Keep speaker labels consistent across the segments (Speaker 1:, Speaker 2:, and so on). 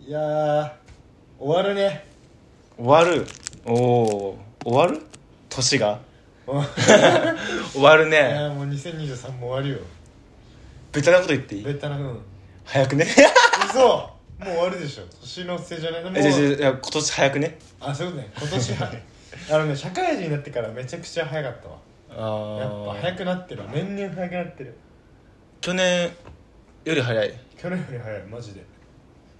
Speaker 1: いやー終わる ね
Speaker 2: 終わるおおー終わる年が
Speaker 1: うんい
Speaker 2: 終わるね
Speaker 1: やーもう2023も終わるよ
Speaker 2: ベタなこと言っていい
Speaker 1: ベタなうん
Speaker 2: 早 くね
Speaker 1: 嘘もう終わるでしょ年のせいじゃないのも
Speaker 2: えじゃあじゃあ
Speaker 1: う
Speaker 2: いや今年早くね
Speaker 1: あそういうことね今年はあのね社会人になってからめちゃくちゃ早かったわ
Speaker 2: あ
Speaker 1: やっぱ早くなってる年々早くなってる
Speaker 2: 去年より早い
Speaker 1: 去年より早いマジで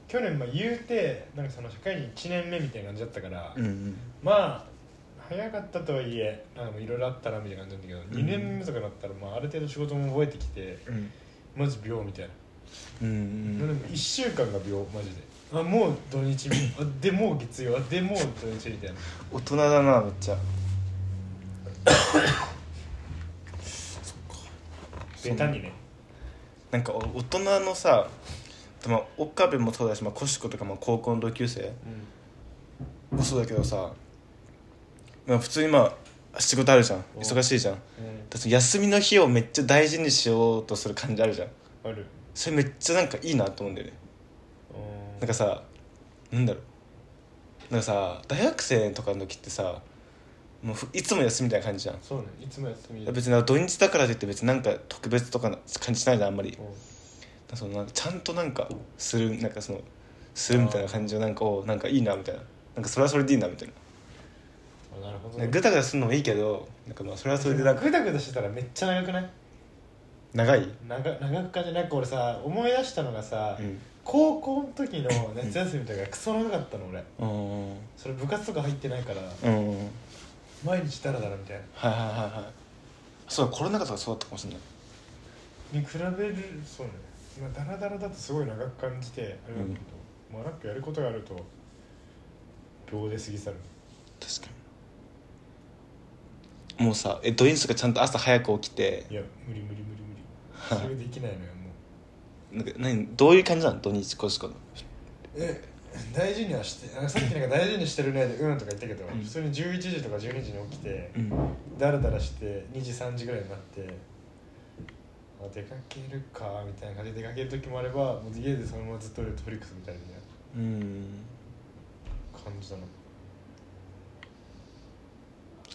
Speaker 1: 去年まあ言うてなんかその社会人1年目みたいな感じだったから、
Speaker 2: うんうん
Speaker 1: まあ早かったとはいえなんかいろいろあったなみたいな感じなんだけど、2
Speaker 2: ん
Speaker 1: 年目とかだったら、まあ、ある程度仕事も覚えてきて
Speaker 2: うん
Speaker 1: マジ秒みたいな、
Speaker 2: うんう
Speaker 1: でも
Speaker 2: ん
Speaker 1: 1週間が秒マジであもう土日み あでもう月曜あでもう土日みたいな
Speaker 2: 大人だなめっ ちゃそ
Speaker 1: ベ
Speaker 2: っか
Speaker 1: タにね
Speaker 2: なんかお大人のさでも岡部もそうだし、まあ、コシコとかも高校の同級生もそうだけどさ、まあ、普通にまあ仕事あるじゃん
Speaker 1: お
Speaker 2: 忙しいじゃんだ
Speaker 1: うん、
Speaker 2: からその休みの日をめっちゃ大事にしようとする感じあるじゃん
Speaker 1: ある
Speaker 2: それめっちゃなんかいいなと思うんだよねなんかさなんだろうなんかさ大学生とかの時ってさもうふいつも休みみたいな感じじゃん
Speaker 1: そうねいつも休み
Speaker 2: 別に土日だからといって別になんか特別とかな感じしないじゃんあんまりだか
Speaker 1: うん
Speaker 2: らそのなんかちゃんとなんかするなんかそのするみたいな感じをなんかおなんかいいなみたいななんかそれはそれでいいなみたいな
Speaker 1: あなるほど
Speaker 2: な
Speaker 1: ね
Speaker 2: んかグダグダするのもいいけどなんかまあそれはそれでなんか
Speaker 1: グダグダしてたらめっちゃ長くない
Speaker 2: 長い、う
Speaker 1: 長長く感じないなんか俺さ思い出したのがさ、
Speaker 2: ん、
Speaker 1: 高校の時の夏休みとかクソ長かったの俺
Speaker 2: うん
Speaker 1: それ部活とか入ってないから
Speaker 2: うんはい
Speaker 1: 毎日ダラダラみたい
Speaker 2: はいはいはいそうだコロナ禍とかそうだったかもしれない
Speaker 1: なに比べるそうねまあダラダラだとすごい長く感じてあれなんだけど、まあなんかやることがあると秒で過ぎ去る
Speaker 2: 確かにもうさえ土日とかちゃんと朝早く起きて
Speaker 1: いや無理無理無理無理それできないのよもう
Speaker 2: なんか何どういう感じなの土日コシコの
Speaker 1: え大事にはしてあさっきなんか大事にしてるねでうんとか言ったけど、
Speaker 2: うん
Speaker 1: 普通に11時とか12時に起きて
Speaker 2: うん
Speaker 1: ダラダラして2時3時ぐらいになってあ出かけるかみたいな感じで出かける時もあればもう家でそのままずっと俺とフリックスみたいな
Speaker 2: うん
Speaker 1: 感じだな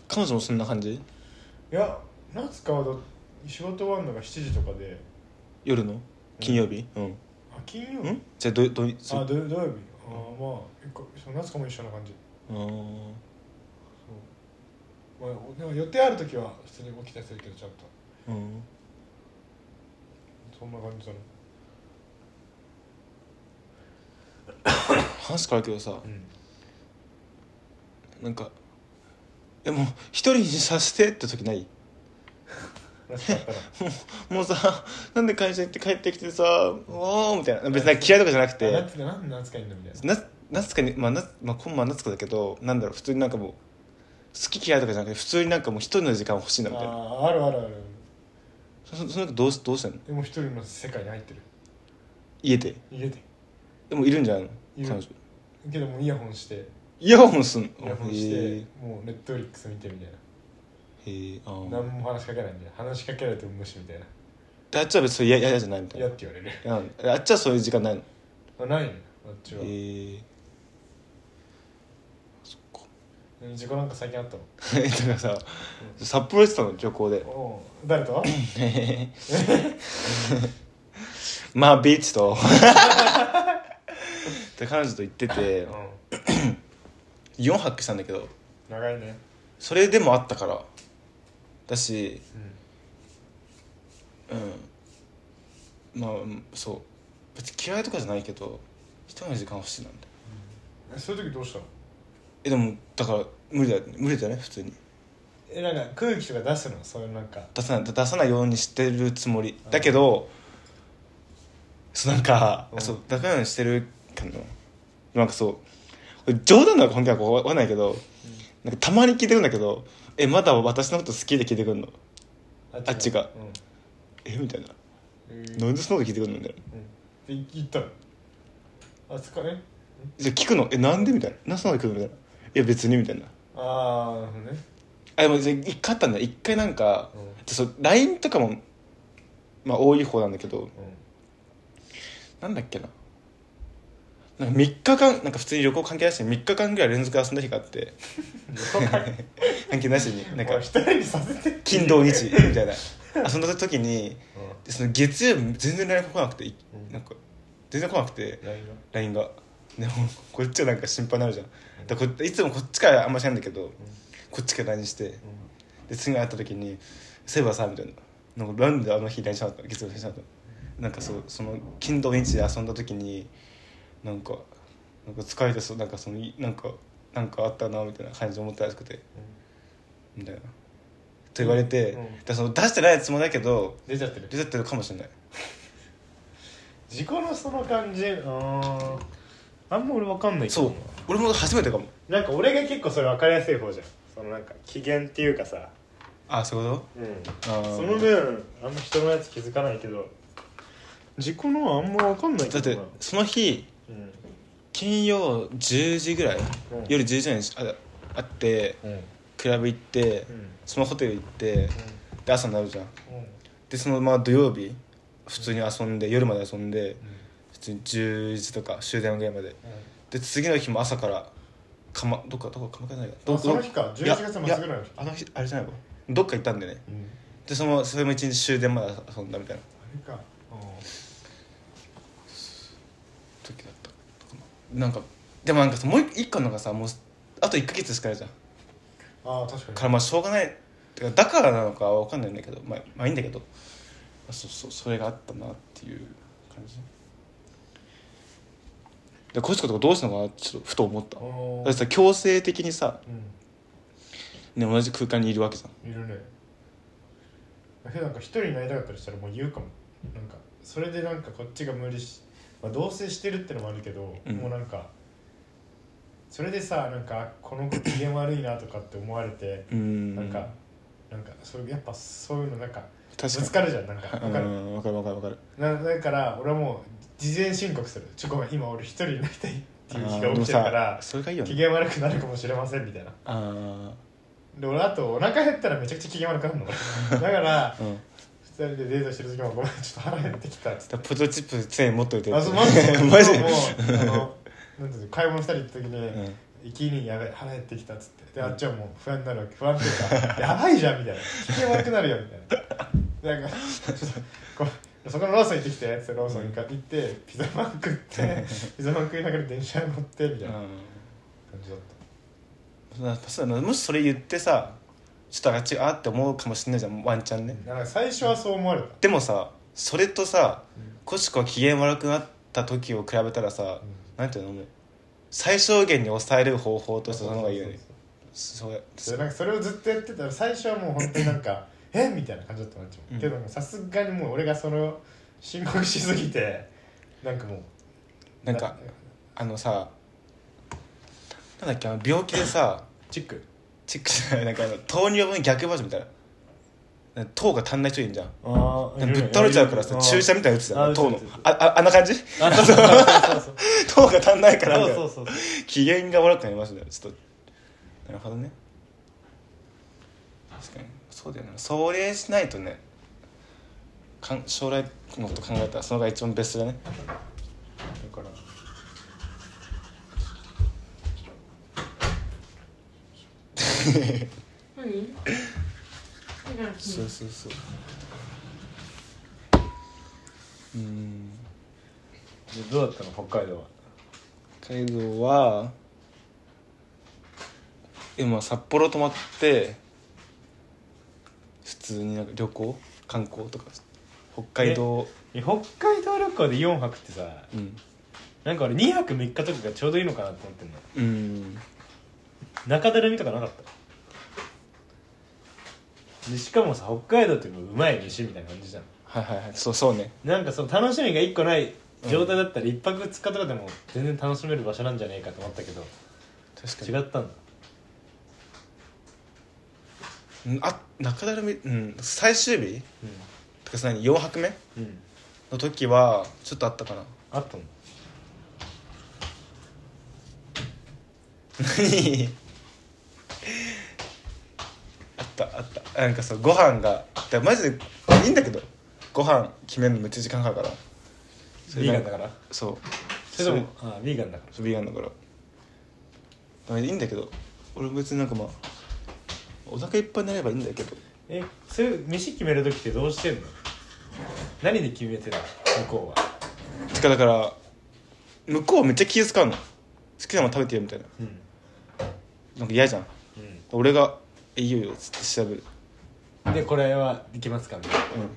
Speaker 2: 彼女もそんな感じ
Speaker 1: いや夏川だ仕事終わるのが7時とかで
Speaker 2: 夜の金曜日うん、
Speaker 1: あ金曜
Speaker 2: う
Speaker 1: 日
Speaker 2: ん、じゃあどどう
Speaker 1: あ
Speaker 2: いそ
Speaker 1: 土土曜日ああまあ結構その夏川も一緒な感じ
Speaker 2: あー
Speaker 1: そう、まあ、でも予定ある時は普通に起きたりするけどちゃんと
Speaker 2: うん
Speaker 1: そんな感じだな
Speaker 2: 話変わるけどさ
Speaker 1: うん
Speaker 2: なんかえもう一人にさせてって時ない
Speaker 1: 夏川ったら
Speaker 2: もうさ なんで会社行って帰ってきてさおーみたいな別になんか嫌いとかじゃなく て
Speaker 1: 夏がなんで夏がいいんだみたいな
Speaker 2: な夏かにまあ夏まあ今晩夏かだけどなんだろう普通になんかもう好き嫌いとかじゃなくて普通になんかもう一人の時間欲しいなみたいな
Speaker 1: あああるあるある
Speaker 2: そそその時どうしどうしたの
Speaker 1: でも一人の世界に入ってる
Speaker 2: 家で
Speaker 1: 家で
Speaker 2: でもいるんじゃないの
Speaker 1: いる
Speaker 2: 彼女
Speaker 1: けどもうイヤホンして
Speaker 2: イヤホンすんの
Speaker 1: イヤホンして
Speaker 2: へ
Speaker 1: もうネットフリックス見てみたい
Speaker 2: ーへーあ
Speaker 1: な
Speaker 2: ー
Speaker 1: 何も話しかけないみたいな話しかけられても無視みたいな
Speaker 2: であっちは別に嫌嫌じゃないみたい
Speaker 1: 嫌
Speaker 2: な
Speaker 1: って言われる
Speaker 2: うんあっちはそういう時間ないのへ
Speaker 1: あないねあっちは
Speaker 2: えそっか
Speaker 1: 自己なんか最近あったの
Speaker 2: だからさ札幌行ってたの旅行で
Speaker 1: おう誰 と
Speaker 2: まあビーチとで彼女と行って
Speaker 1: う
Speaker 2: て
Speaker 1: ん
Speaker 2: 4泊したんだけど
Speaker 1: 長いね
Speaker 2: それでもあったからだしうんまあうんそう別に嫌いとかじゃないけど一人の時間欲しいなんだ
Speaker 1: えそういう時どうしたの
Speaker 2: えでもだから無理だよね無理だよね普通に
Speaker 1: えなんか空気とか出すのそういうなんか
Speaker 2: 出さない出さないようにしてるつもりだけどそうなんか、
Speaker 1: うん
Speaker 2: そう出さないようにしてるかななんかそう冗談なのか本気なのかわかんないけど、なんかたまに聞いてくるんだけど「えまだ私のこと好き?」で聞いてくるのあっちが「えみたいな
Speaker 1: うん
Speaker 2: 「なんでそのこと聞いてくるの?」みたいな
Speaker 1: で行ったのあつかえ
Speaker 2: じゃあ聞くの「えなんで?」みたいな「なんでそんなこと聞くの?」みたいな「いや別に」みたいな
Speaker 1: ああなるほどね
Speaker 2: あでもじゃあ一回あったんだよ一回なんか、
Speaker 1: うん
Speaker 2: じゃあそう LINE とかもまあ多い方なんだけどなんだっけななんか3日間なんか普通に旅行関係なしに3日間ぐらい連続で遊んだ日があって 関係なしに
Speaker 1: な
Speaker 2: なんん
Speaker 1: か
Speaker 2: か
Speaker 1: 一人にさせて
Speaker 2: 金土日みたいな遊んだ時にその月曜日全然 LINE 来なくてい
Speaker 1: うん
Speaker 2: なんか全然来なくて
Speaker 1: LINE が
Speaker 2: LINE がでもこっちはなんか心配になるじゃんだからこいつもこっちからあんましないんだけどこっちから LINE してで次会った時に「そういえばさ」みたいな「なんかなんであの日 LINE しなかったの月曜日 LINE しなかったのなんかそうその金土日で遊んだ時になんかなんか疲れてそうなんかそのいなんかなんかあったなみたいな感じで思ったらしくてみたいな。と言われて、
Speaker 1: うん
Speaker 2: だからその出してないつもりだけど
Speaker 1: 出ちゃってる
Speaker 2: 出てってるかもしれない
Speaker 1: 自己のその感じあーあんま俺わかんないけど
Speaker 2: そう俺も初めてかも
Speaker 1: なんか俺が結構それ分かりやすい方じゃんそのなんか機嫌っていうかさ
Speaker 2: あそういうこ
Speaker 1: うん
Speaker 2: とあー
Speaker 1: その分あんま人のやつ気づかないけど自己のはあんま分かんない
Speaker 2: だ
Speaker 1: けど
Speaker 2: って
Speaker 1: な
Speaker 2: その日
Speaker 1: うん
Speaker 2: 金曜10時ぐらい、
Speaker 1: うん
Speaker 2: 夜10時ぐらいにあ会って
Speaker 1: うんうん
Speaker 2: クラブ行って、そのホテル行ってで朝になるじゃんでそのまま土曜日普通に遊んで夜まで遊んで普通に10時とか終電ぐらいまでで次の日も朝からかまどっかどこか鎌倉じゃないかど
Speaker 1: あ
Speaker 2: こ
Speaker 1: その日か11月末ぐらいの日
Speaker 2: やあの日あれじゃないわどっか行ったんでね
Speaker 1: うん
Speaker 2: でそのそれも一日終電まで遊んだみたいな
Speaker 1: あれか
Speaker 2: 時だったかななんかでもなんかさもう一個あるのがさもうあと1ヶ月しかないじゃん
Speaker 1: ああ確
Speaker 2: か
Speaker 1: から
Speaker 2: まあしょうがないてかだからなのかは分かんないんだけどまあ、まあいいんだけどまあそうそうそれがあったなっていう感じでこいつことかどうしたのかなってちょっとふと思っただ
Speaker 1: に
Speaker 2: ってさ強制的にさ、
Speaker 1: う
Speaker 2: ね、同じ空間にいるわけじゃん
Speaker 1: んいるねだけどなんか一人になりたかったりしたらもう言うかもなんかそれでなんかこっちが無理し、まあ、同棲してるってのもあるけど、
Speaker 2: うん
Speaker 1: もうなんかそれでさなんかこの子機嫌悪いなとかって思われて
Speaker 2: うーん
Speaker 1: なんか、なんかそれやっぱそういうのなんかぶ
Speaker 2: 確かに
Speaker 1: つかるじゃんなんかわか
Speaker 2: う
Speaker 1: る
Speaker 2: ん分かる分かる分かる
Speaker 1: なだから俺はもう事前申告するちょごめん今俺一人になりたいっていう
Speaker 2: あ
Speaker 1: 日が起
Speaker 2: ー
Speaker 1: きてるか
Speaker 2: でも
Speaker 1: ら
Speaker 2: さそれがいいよ
Speaker 1: 機
Speaker 2: ね
Speaker 1: 嫌悪くなるかもしれませんみたいな
Speaker 2: あ
Speaker 1: で俺あとお腹減ったらめちゃくちゃ機嫌悪くな るのだから
Speaker 2: あうんだ
Speaker 1: 二人でデートしてる時もごめんちょっと腹減ってきたっつって
Speaker 2: からポテトチップ常に持っといて
Speaker 1: あそうマジで
Speaker 2: マジで
Speaker 1: もうあ のなんていうの買い物したり行った時に、
Speaker 2: うん
Speaker 1: 行きにやべえ腹減ってきたっつってであっちはもう不安になるわけ不安っていうかやばいじゃんみたいな機嫌悪くなるよみたいななんかちょっとこうそこのローソン行ってきてっつってローソン行ってピザマン食っ てピザマン食いながら電車に乗ってみたいな感
Speaker 2: うん
Speaker 1: じだっ
Speaker 2: そうだそうだなもしそれ言ってさちょっとあっちあーって思うかもしれないじゃんワンチャン
Speaker 1: た、
Speaker 2: ね、
Speaker 1: なんか最初はそう思われた、
Speaker 2: でもさそれとさ
Speaker 1: うん
Speaker 2: コシコが機嫌悪くなった時を比べたらさ、なんていうのもう最小限に抑える方法としてその方がいいよねそうや
Speaker 1: それなんかそれをずっとやってたら最初はもう本当になん かえみたいな感じだったなっちゃう、
Speaker 2: うん
Speaker 1: けどもうさすがにもう俺がその申告しすぎてなんかもう
Speaker 2: なんかあのさなんだっけあの病気でさ
Speaker 1: チック
Speaker 2: チックじゃないなんかあの糖尿病の逆バージョンみたいな糖が足んない人いるじゃん
Speaker 1: あ
Speaker 2: ぶっ倒れちゃうからさ注射みたいなの打つじゃ
Speaker 1: あ
Speaker 2: ん
Speaker 1: ー
Speaker 2: 糖の
Speaker 1: 打つ打つ打つ
Speaker 2: あああんな感じ
Speaker 1: あそうそうそうそう
Speaker 2: 糖が足んないからみたいな
Speaker 1: そうそうそう
Speaker 2: 機嫌が悪くなりますねちょっとなるほどね確かにそうだよねそれしないとねかん将来のこと考えたらそのが一番ベストだね
Speaker 1: だから
Speaker 3: 何
Speaker 2: そうそうそううーん
Speaker 1: どうだったの北海道は
Speaker 2: 北海道は今札幌泊まって普通になんか旅行観光とか北海道、
Speaker 1: 北海道旅行で4泊ってさ
Speaker 2: うん
Speaker 1: なんか俺2泊3日とかがちょうどいいのかなって思ってんの
Speaker 2: うん
Speaker 1: 中だるみとかなかったでしかもさ北海道ってもううまい飯みたいな感じじゃん
Speaker 2: はいはいはいそうそうね
Speaker 1: なんかその楽しみが1個ない状態だったら1泊2日とかでも全然楽しめる場所なんじゃねえかと思ったけど
Speaker 2: 確かに
Speaker 1: 違ったんだ
Speaker 2: うんあ中だるみ、うん、最終日
Speaker 1: う
Speaker 2: とかさ何4泊目
Speaker 1: んうん
Speaker 2: の時はちょっとあったかな
Speaker 1: あったの
Speaker 2: 何 あったあったなんかそうご飯がだマジでいいんだけどご飯決めるのめっちゃ時間かかるから
Speaker 1: ヴィーガンだから
Speaker 2: そうそ
Speaker 3: それ
Speaker 2: れ
Speaker 3: でもあビーガンだから
Speaker 2: そうビーガンだからだからいいんだけど俺別になんかまあお腹いっぱいになればいいんだけど
Speaker 3: えそれ飯決める時ってどうしてんの何で決めてたの向こうは
Speaker 2: てかだから向こうめっちゃ気使うの好きなもの食べてよみたいな
Speaker 3: うん
Speaker 2: なんか嫌じゃん俺が「えいいよいいよ」っつって調べる、
Speaker 3: うんでこれはできますかみたいな
Speaker 2: うん、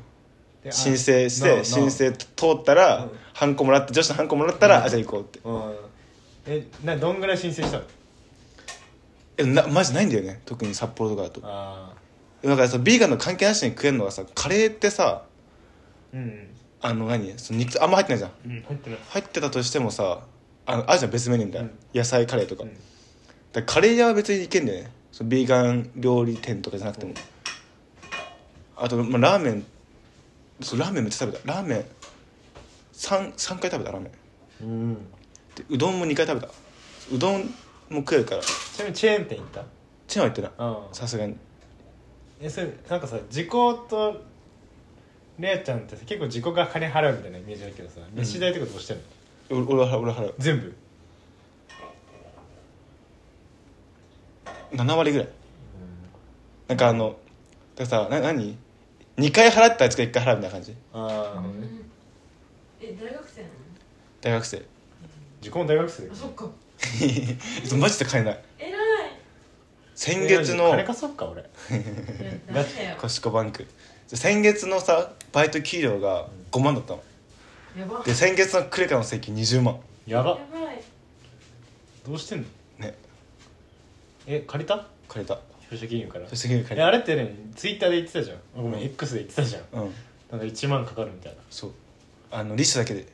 Speaker 3: であ
Speaker 2: 申請し
Speaker 3: No, no
Speaker 2: て申請通ったら、
Speaker 3: うん
Speaker 2: ハンコもらって女子のハンコもらったら、
Speaker 3: うん
Speaker 2: あじゃあ行こうって
Speaker 3: うんえなどんぐらい申請したの
Speaker 2: えなマジないんだよね特に札幌とかだと
Speaker 3: あ
Speaker 2: だからそのビーガンの関係なしに食えるのがさカレーってさ
Speaker 3: あうん
Speaker 2: あの何その肉あんま入ってないじゃん
Speaker 3: うん入ってない
Speaker 2: 入ってたとしてもさあのあるじゃん別メニューみたいな、
Speaker 3: うん
Speaker 2: 野菜カレーとか,、
Speaker 3: うん
Speaker 2: だからカレー屋は別に行けんだよねそのビーガン料理店とかじゃなくても、あと、まあ、ラーメンそうラーメンめっちゃ食べたラーメン 3, 三回食べたラーメン
Speaker 3: うん
Speaker 2: でうどんも2回食べたうどんも食えるから
Speaker 3: ちなみにチェーン店行った
Speaker 2: チェーンは行ってない
Speaker 3: うん
Speaker 2: さすがに
Speaker 3: えそれなんかさ時効とレアちゃんってさ結構時効が金払うみたいなイメージだけどさ飯代ってことどうしてんの、
Speaker 2: 俺俺は俺は払う
Speaker 3: 全部
Speaker 2: 7割ぐらい、なんかあのだからさな何2回払ったやつが1回払うみたいな感じ
Speaker 3: ああ、
Speaker 4: え大学生なの
Speaker 2: 大学生
Speaker 3: 時効の大学生
Speaker 4: あそっか
Speaker 2: マジで買えない
Speaker 4: 偉い
Speaker 2: 先月の
Speaker 3: え金貸そうか俺
Speaker 4: いやダメだよ
Speaker 2: コシコバンク先月のさバイト給料が5万だったの
Speaker 4: やば
Speaker 2: で先月のクレカの請求20万
Speaker 3: やば
Speaker 4: やばい
Speaker 3: どうしてんの
Speaker 2: ね
Speaker 3: え借りた
Speaker 2: 借りた
Speaker 3: 消費者金融から
Speaker 2: そして金融
Speaker 3: い
Speaker 2: 借
Speaker 3: や
Speaker 2: り
Speaker 3: あれってねツイッターで言ってたじゃんごめん X で言ってたじゃん
Speaker 2: たうん
Speaker 3: なんか1万かかるみたいな
Speaker 2: そうあの利子だけで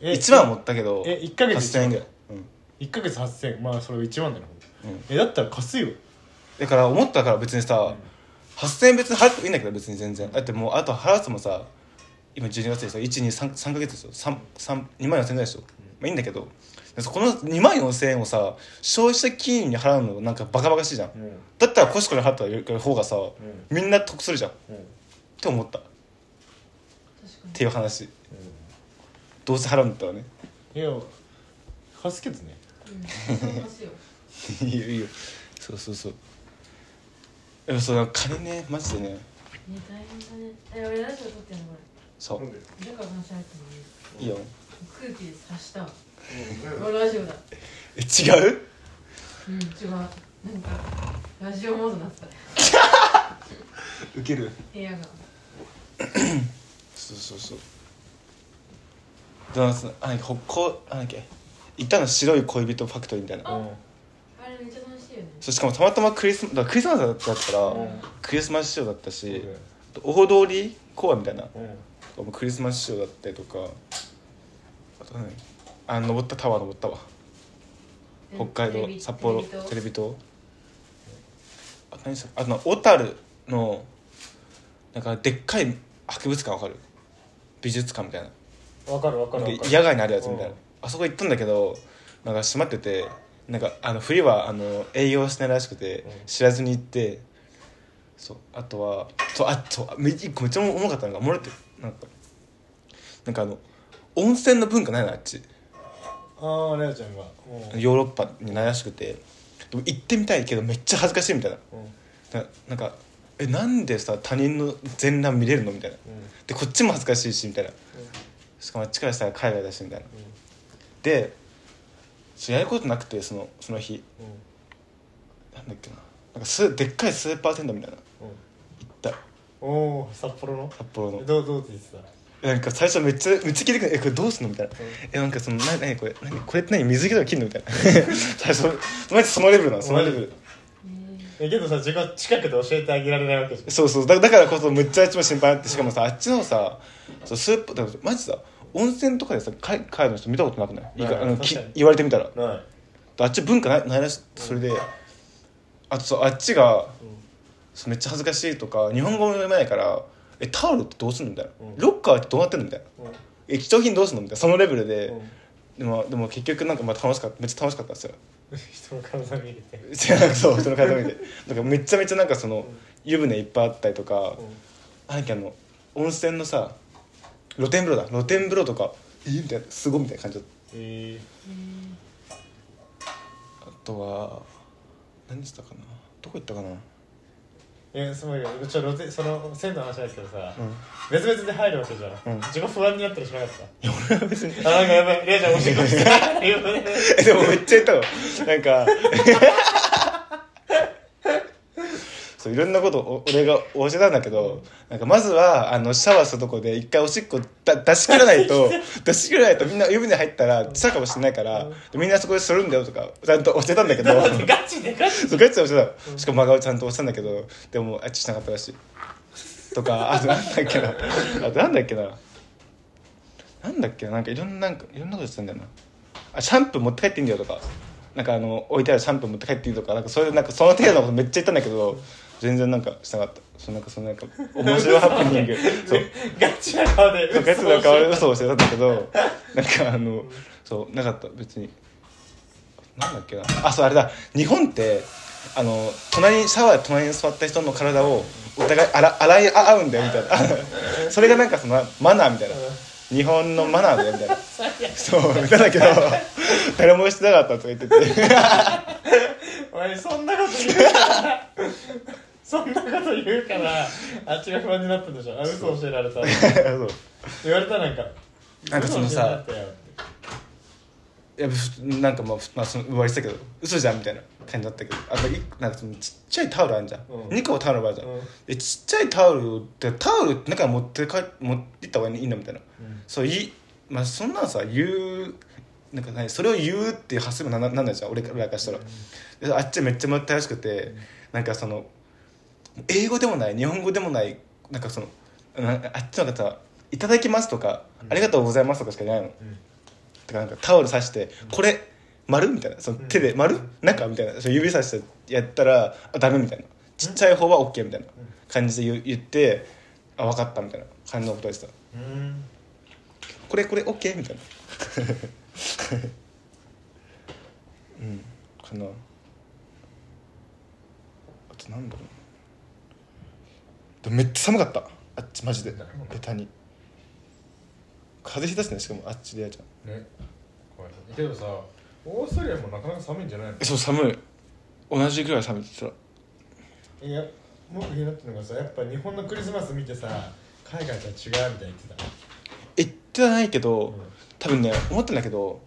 Speaker 3: え
Speaker 2: 1万は持ったけど
Speaker 3: え一ヶ月
Speaker 2: 8000円ぐらい
Speaker 3: 1ヶ月8000円まあそれ1万だな
Speaker 2: うんうん
Speaker 3: えだったら貸すよ
Speaker 2: だから思ったから別にさ8000円別に払ってもいいんだけど別に全然だってもうあと払うともさ今12月でしょ123か月でしょ3 3 2万4000円ぐらいでしょ、まあ、いいんだけどこの2万4000円をさ消費者金融に払うのなんかバカバカしいじゃん
Speaker 3: うんうん
Speaker 2: だったらコシコに払った方がさ、みんな得するじゃんっ
Speaker 3: うん
Speaker 2: て思ったっ
Speaker 4: 確かに
Speaker 2: ていう話どうせ払うんだったらね
Speaker 3: いや貸すけどね
Speaker 4: うんそうですよ
Speaker 2: いいよいいよそうそうそうでもその金ねマジでね
Speaker 4: ね大変だねえ俺ラジオ撮ってんのこ
Speaker 2: そ
Speaker 3: なん
Speaker 2: う
Speaker 3: で
Speaker 4: れだから話し合ってもいい
Speaker 2: いいよ
Speaker 4: 空気で察したわ俺ラジオだ
Speaker 2: え違う
Speaker 4: うん違うなんかラジオモードになってた
Speaker 2: ウケる
Speaker 4: 部屋が
Speaker 2: そうそうそうだからそのあなんか北こうあなんだっけ行ったの白い恋人ファクトリーみたいな
Speaker 3: うん
Speaker 4: あれめっちゃ楽しいよね
Speaker 2: そうしかもたまたまクリスマだからクリスマスだったから
Speaker 3: うん
Speaker 2: クリスマス仕様だったし
Speaker 3: そう
Speaker 2: 大通公園みたいな
Speaker 3: だよ
Speaker 2: クリスマス仕様だったりとかあとねあ登ったタワー登ったわ北海道
Speaker 4: テレビ
Speaker 2: 札幌
Speaker 4: テレビ
Speaker 2: テレビ塔あ何したあとな小樽のなんかでっかい博物館わかる美術館みたいな
Speaker 3: うんわかるわかる
Speaker 2: な
Speaker 3: わ
Speaker 2: ん
Speaker 3: か
Speaker 2: か
Speaker 3: る
Speaker 2: 野外にあるやつみたいな
Speaker 3: うん
Speaker 2: あそこ行ったんだけどなんか閉まっててなんかあの冬はあの営業してないらしくて
Speaker 3: うん
Speaker 2: 知らずに行ってそうあとはそうあとめ一個めっちゃ重かったのが漏れてなんかなんかあの温泉の文化ないなあっち
Speaker 3: ああレアちゃんがうん
Speaker 2: ヨーロッパにないらしくてでも行ってみたいけどめっちゃ恥ずかしいみたいな
Speaker 3: うん
Speaker 2: ななんかえなんでさ他人の全裸見れるのみたいな
Speaker 3: うん
Speaker 2: でこっちも恥ずかしいしみたいなしかもあっちからしたら海外だしみたいなでそうやることなくてそのその日
Speaker 3: うんうん
Speaker 2: なんだっけななんかすでっかいスーパーテントみたいな
Speaker 3: うん
Speaker 2: 行った
Speaker 3: おお札幌の
Speaker 2: 札幌の
Speaker 3: どうどうって言ってた
Speaker 2: なんか最初めっちゃめっちゃ聞いてくるえこれどうすんのみたいなえなんかそのな何これ何これって何水着とか着んのみたいな 最初マジそのレベルなのそのレベル
Speaker 4: ね
Speaker 3: えけどさ自分近くで教えてあげられないわけじ
Speaker 2: そうそうだだからこそむっちゃあっちも心配になってしかもさあっちのさそうスーパーだからマジさ温泉とかでさ海海外の人見たことなくないいいか
Speaker 3: ない
Speaker 2: あのき
Speaker 3: 確かに
Speaker 2: 言われてみたら
Speaker 3: ゃんない
Speaker 2: あっち文化ないないらしそれであとそうあっちが
Speaker 3: う
Speaker 2: そうめっちゃ恥ずかしいとか日本語も読めないから「えタオルってどうすんの?」みたいな、
Speaker 3: うん
Speaker 2: ロッカーってどうなってんの?」みたいな
Speaker 3: うん
Speaker 2: 「え貴重品どうすんの?」みたいなそのレベルで、
Speaker 3: うん
Speaker 2: でもでも結局なんかまあ楽しかっためっちゃ楽しかったんですよ
Speaker 3: 人の体見れて
Speaker 2: そう人の体見てなんかめちゃめちゃなんかその湯船いっぱいあったりとか、なんかあの温泉のさ露天風呂だ露天風呂とか「えみたいなすごいみたいな感じだった
Speaker 3: え
Speaker 2: あとは何したかなどこ行ったかな
Speaker 1: えすごいよちょっとその線の話なんですけどさ、
Speaker 2: うん
Speaker 1: 別々で入るわけじゃん、
Speaker 2: うん
Speaker 1: 自己不安になったりしなかった
Speaker 2: いや俺は別に
Speaker 1: あなんかやばいレイちゃんおしっこした言うね
Speaker 2: えでもめっちゃいたわなんかそういろんなことをお俺が教えたんだけどなんかまずはあのシャワーしたとこで一回おしっこだ出し切らない と出し切らないとみんな湯船入ったらしたかもしれないからみんなそこでするんだよとかちゃんと教えたんだけど
Speaker 1: ガチでガチ
Speaker 2: そうガチで教えたのしかも真顔ちゃんと押したんだけどでもあっちしなかったらしいとかあとなんだっけなあとなんだっけななんだっけななんかいろんななんかいろんなことしてたんだよなあシャンプー持って帰っていいんだよとかなんかあの置いてあるシャンプー持って帰っていいとかなんかそれなんかその程度のことめっちゃ言ったんだけど全然なんかしなかったそうなんかそのなんか面白いハプ ニングそう
Speaker 1: ガチな顔で
Speaker 2: ガチの顔で嘘をしてたんだけど なんかあのそうなかった別になんだっけなあそうあれだ日本ってあの隣にシャワーで隣に座った人の体をお互い洗洗い合うんだよみたいな それがなんかそのマナーみたいな日本のマナーだよみたいなそう言ったんだけど誰もしてなかったとか言って て
Speaker 1: お前そんなこと言うからそんなこと言うからあっちが不安になったんでしょあ嘘教えられた
Speaker 2: そう
Speaker 1: 言われたなんか
Speaker 2: なんかそのさ
Speaker 1: 嘘教えられたよ
Speaker 2: いやふなんかまあ、ふまあ、その言われてたけど嘘じゃんみたいな感じだったけどあといなんかそのちっちゃいタオルあるじゃん、
Speaker 1: うん
Speaker 2: 2個タオルあるじゃん、
Speaker 1: うん
Speaker 2: でちっちゃいタオルってタオルって中に持ってか持ってった方がいいんだみたいな、
Speaker 1: ん
Speaker 2: そういまあそんなんさ言うなんか何それを言うっていう発想にもなななんないじゃん俺らからしたら、であっちめっちゃもったいらしくて、なんかその英語でもない日本語でもないなんかそのなあっちの方は「いただきます」とか、ありがとうございます」とかしか言わないの。
Speaker 1: ん
Speaker 2: だからなんかタオル刺して「これ丸?」みたいなその手で「丸中?」みたいなその指さしてやったら「あダメ」みたいなちっちゃい方は OK みたいな感じで言言って「あ分かった」みたいな感じのことでした
Speaker 1: うーん
Speaker 2: 「これこれ OK?」みたいな うんかなあとなんだろうなでもめっちゃ寒かったあっちマジでベタに風邪ひいたしねしかもあっちでやちゃん
Speaker 1: ね怖いけどさオーストラリアもなかなか寒いんじゃないの
Speaker 2: えそう寒い同じぐらい寒いって言って
Speaker 1: いやもう気になってるのがさやっぱ日本のクリスマス見てさ海外とは違うみたいに言ってた
Speaker 2: た言ってはないけど、
Speaker 1: ん
Speaker 2: 多分ね思ったんだけど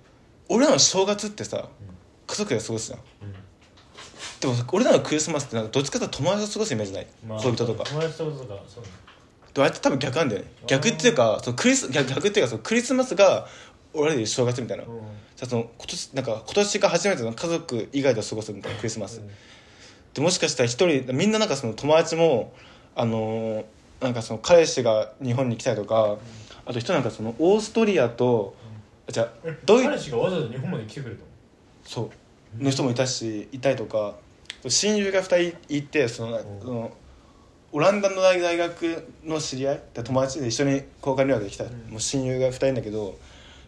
Speaker 2: 俺らの正月ってさ家族で過ごすじゃんでも俺らのクリスマスってなんかどっちかというと友達と過ごすイメージない、恋人とか
Speaker 1: 友達ととかそう
Speaker 2: でもあいつ多分逆なんだよね逆っていうかそのクリス逆逆っていうかそのクリスマスが俺らでいう正月みたいな、
Speaker 1: うん
Speaker 2: さその今年なんか今年が初めての家族以外と過ごすみたいなクリスマス、でもしかしたら一人みんななんかその友達もあのーなんかその彼氏が日本に来たりとか、あと人なんかそのオーストリアと、じゃあ
Speaker 1: え
Speaker 2: ドイ
Speaker 1: 彼氏がわざわざ日本まで来てくれたの
Speaker 2: そうの人もいたしいたりとか親友が2人いてそのそのオランダの大大学の知り合いで友達で一緒に交換留学できた、もう親友が2人いるんだけど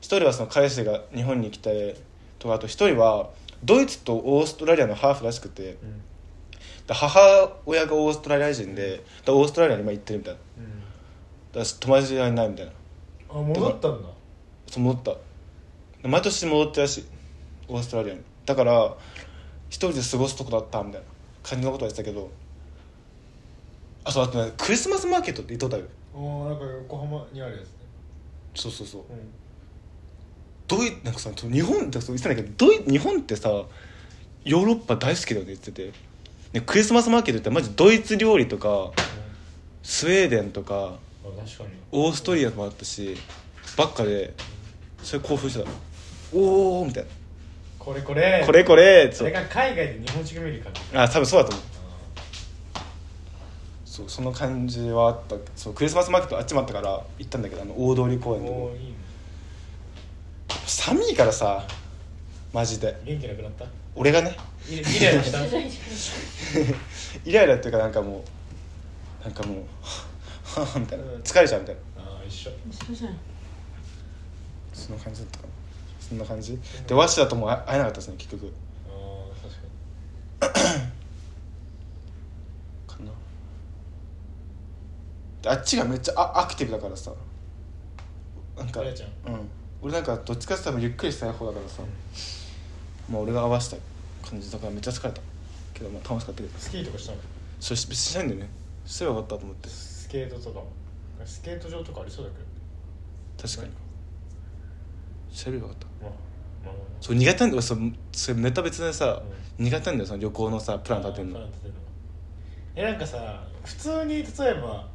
Speaker 2: 1人はその彼氏が日本に来てとかあと1人はドイツとオーストラリアのハーフらしくて
Speaker 1: うん
Speaker 2: で母親がオーストラリア人ででオーストラリアに今行ってるみたいなだから友達がいないみたいな
Speaker 1: あ戻ったんだ
Speaker 2: そう戻った毎年戻ってるらしいオーストラリアにだから一人で過ごすとこだったみたいな感じのことは言ってたけどあそうあとねクリスマスマーケットって行ったことある
Speaker 1: おおなんか横浜にあるやつね
Speaker 2: そうそうそう
Speaker 1: うん
Speaker 2: ドイなんかさ日本ってそう言ってたんだけどドイ日本ってさヨーロッパ大好きだよね言ってて、ね、クリスマスマーケットってマジドイツ料理とかスウェーデンとか
Speaker 1: あ確かに
Speaker 2: オーストリアもあったしばっかでそれ興奮してたおおみたいな
Speaker 1: これこれ
Speaker 2: これこれ
Speaker 1: そ
Speaker 2: そう
Speaker 1: れが海外で日本式見るから
Speaker 2: あ多分そうだと思うそうその感じはあったそうクリスマスマーケットあっちもあったから行ったんだけどあの大通公園で
Speaker 1: お
Speaker 2: も
Speaker 1: おいいね
Speaker 2: 寒いからさマジで
Speaker 1: 元気なくな った
Speaker 2: 俺がね
Speaker 1: イライラした
Speaker 4: じゃないじ
Speaker 2: イライラっていうかなんかもうなんかもうはぁはぁみたいな
Speaker 1: うん
Speaker 2: 疲れちゃうみたいな
Speaker 1: ああ一緒
Speaker 4: ゃんじゃん
Speaker 2: そんな感じだったかなそんな感じで和紙だともう会えなかったですね結局
Speaker 1: ああ確かに
Speaker 2: かなであっちがめっちゃあアクティブだからさなんか
Speaker 1: レイちゃん
Speaker 2: うん俺なんかどっちかって言ったらゆっくりしたい方だからさ、まあ俺が合わせた感じだからめっちゃ疲れたけどまあ楽しかったけど
Speaker 1: スキーとかしたの
Speaker 2: それししないんだよねすればよかったと思って
Speaker 1: スケートとかもスケート場とかありそうだけど
Speaker 2: 確かに調べればよかった
Speaker 1: まあまあまあ
Speaker 2: そう苦手なんだよそそれネタ別でさ、
Speaker 1: う
Speaker 2: 苦手なんだよその旅行のさプラン立てる
Speaker 1: あープラン
Speaker 2: の
Speaker 1: 立てんのえなんかさ普通に例えば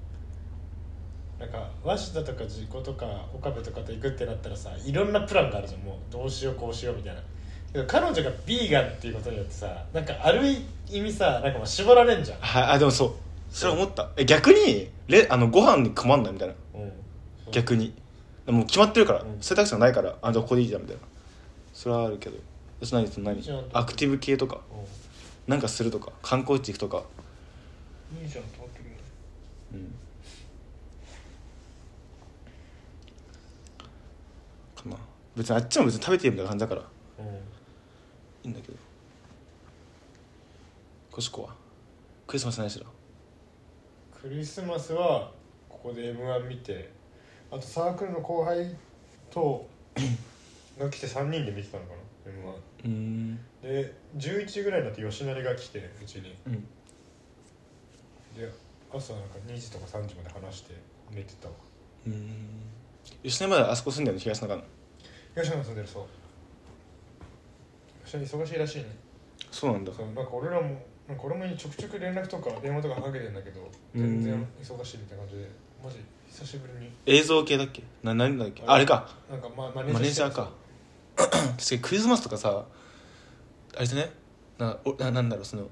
Speaker 1: なんか鷲田とか事故とか岡部とかと行くってなったらさいろんなプランがあるじゃんもうどうしようこうしようみたいなけど彼女がビーガンっていうことによってさなんかある意味さなんかもう絞られんじゃん、
Speaker 2: はいあでもそうそれ思ったえ逆にれあのご飯に困んないみたいな
Speaker 1: うん、
Speaker 2: 逆にもう決まってるから、
Speaker 1: うん
Speaker 2: 選択肢がないからあじゃあここでいいじゃんみたいなそれはあるけどそれ何それ何
Speaker 1: 一応
Speaker 2: アクティブ系とか
Speaker 1: う
Speaker 2: なんかするとか観光地行くとか
Speaker 1: んいいじゃん通ってくる
Speaker 2: うんかな別にあっちも別に食べてるみたいな感じだからい
Speaker 1: うん
Speaker 2: いんだけどコシコはクリスマス何しろ
Speaker 1: クリスマスはここで m 1見てあとサークルの後輩 とが来て3人で見てたのかな m 1
Speaker 2: うーん
Speaker 1: で11ぐらいになって吉成が来てうちに
Speaker 2: うん
Speaker 1: で朝なんか2時とか3時まで話して寝てたわ
Speaker 2: うん吉野まであそこ住んでるの東中の
Speaker 1: 吉成も住んでるそう吉成忙しいらしいね
Speaker 2: そうなんだ
Speaker 1: そうなんか俺らもなんか俺もちょくちょく連絡とか電話とかかけてんだけど全
Speaker 2: う
Speaker 1: 然
Speaker 2: ん
Speaker 1: 忙しいみたいな感じでマジ久しぶりに
Speaker 2: 映像系だっけな何だっけあれか
Speaker 1: なんかまマネージャー
Speaker 2: マネージャー
Speaker 1: してる
Speaker 2: か 確かにクリスマスとかさあれでねなおななんだろうその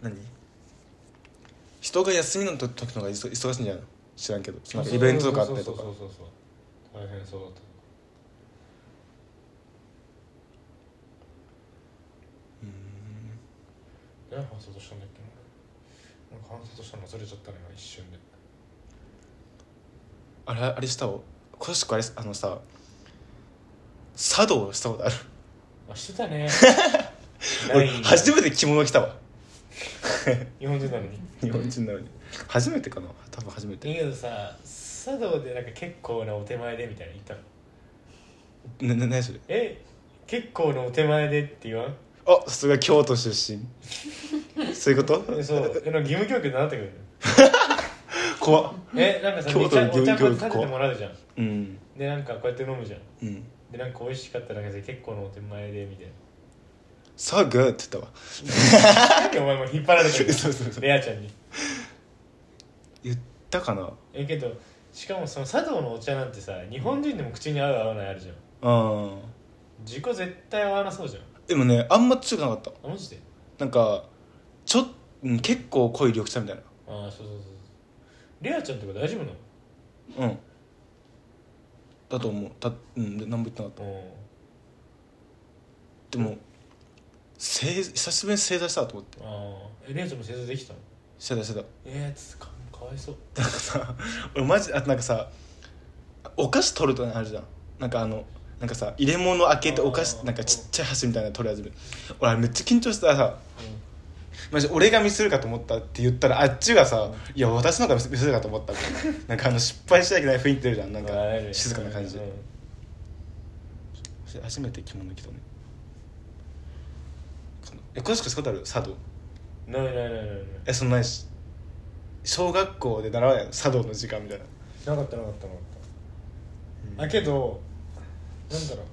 Speaker 2: 何人が休みの時の方が忙忙しいんじゃないの知らんけどそのイベントとかあったりとか
Speaker 1: そうそうそうそうそう大変そうだったうん何話そうとしたんだっけななんか話そうとしたの忘れちゃったの今一瞬で
Speaker 2: あれあれしたを詳しくあれあのさ茶道したことある
Speaker 1: あしてたね
Speaker 2: 俺初
Speaker 1: め
Speaker 2: めて着物着たわ
Speaker 1: 日本人なのに
Speaker 2: 日本人なのに初めてかな多分初め
Speaker 1: だ
Speaker 2: て
Speaker 1: けどさ茶道でなんか結構なお手前でみたいな言ったの
Speaker 2: なな何それ
Speaker 1: え結構なお手前でって言わん
Speaker 2: あさすが京都出身そういうこと
Speaker 1: えそうえなんか義務教育で習ったけどね
Speaker 2: 怖っ
Speaker 1: えなんかさ
Speaker 2: 京都の
Speaker 1: お茶お茶
Speaker 2: 義務
Speaker 1: まず
Speaker 2: 教育
Speaker 1: 立ててもらうじゃん
Speaker 2: うん
Speaker 1: でなんかこうやって飲むじゃん
Speaker 2: うん
Speaker 1: でなんか美味しかったらなんかさ結構のお手前でみたい
Speaker 2: 「So good」って言ったわ
Speaker 1: ななんでお前も引っ張られてる
Speaker 2: そうそうそう
Speaker 1: レアちゃんに
Speaker 2: 言ったかな
Speaker 1: えけどしかもその佐藤のお茶なんてさ日本人でも口に合う合わないあるじゃん
Speaker 2: うん
Speaker 1: 自己絶対合わなそうじゃん
Speaker 2: でもねあんま強くなかった
Speaker 1: あマジで
Speaker 2: なんかちょっうん結構濃い緑茶みたいな
Speaker 1: ああそうそうそうレアちゃんとか大丈夫なの
Speaker 2: うんだと思うたうんで何も言ってなかっ
Speaker 1: うん
Speaker 2: たでも正久しぶりに正座したと思って
Speaker 1: ああえレアちゃんも正座できたの
Speaker 2: 正座してた
Speaker 1: えー、つかかわいそう
Speaker 2: なんかさ 俺マジあとなんかさお菓子取るとあるじゃんなんかあのなんかさ入れ物開けてお菓
Speaker 1: あ
Speaker 2: 子
Speaker 1: ー
Speaker 2: なんかちっちゃい箸みたいなの取るやつ俺あれめっちゃ緊張してたさマジ俺がミスるかと思ったって言ったらあっちがさ「いや私の方がミスるかと思った」みた いななんかあの失敗しちゃいけない雰囲気出るじゃんなんか静かな感じ
Speaker 1: うん
Speaker 2: 初めて着物着たねえ詳しくしたことある茶道
Speaker 1: ないないないないない
Speaker 2: えそんないし小学校で習わないの茶道の時間みたいな
Speaker 1: なかったなかったなかった、あけどなんだろう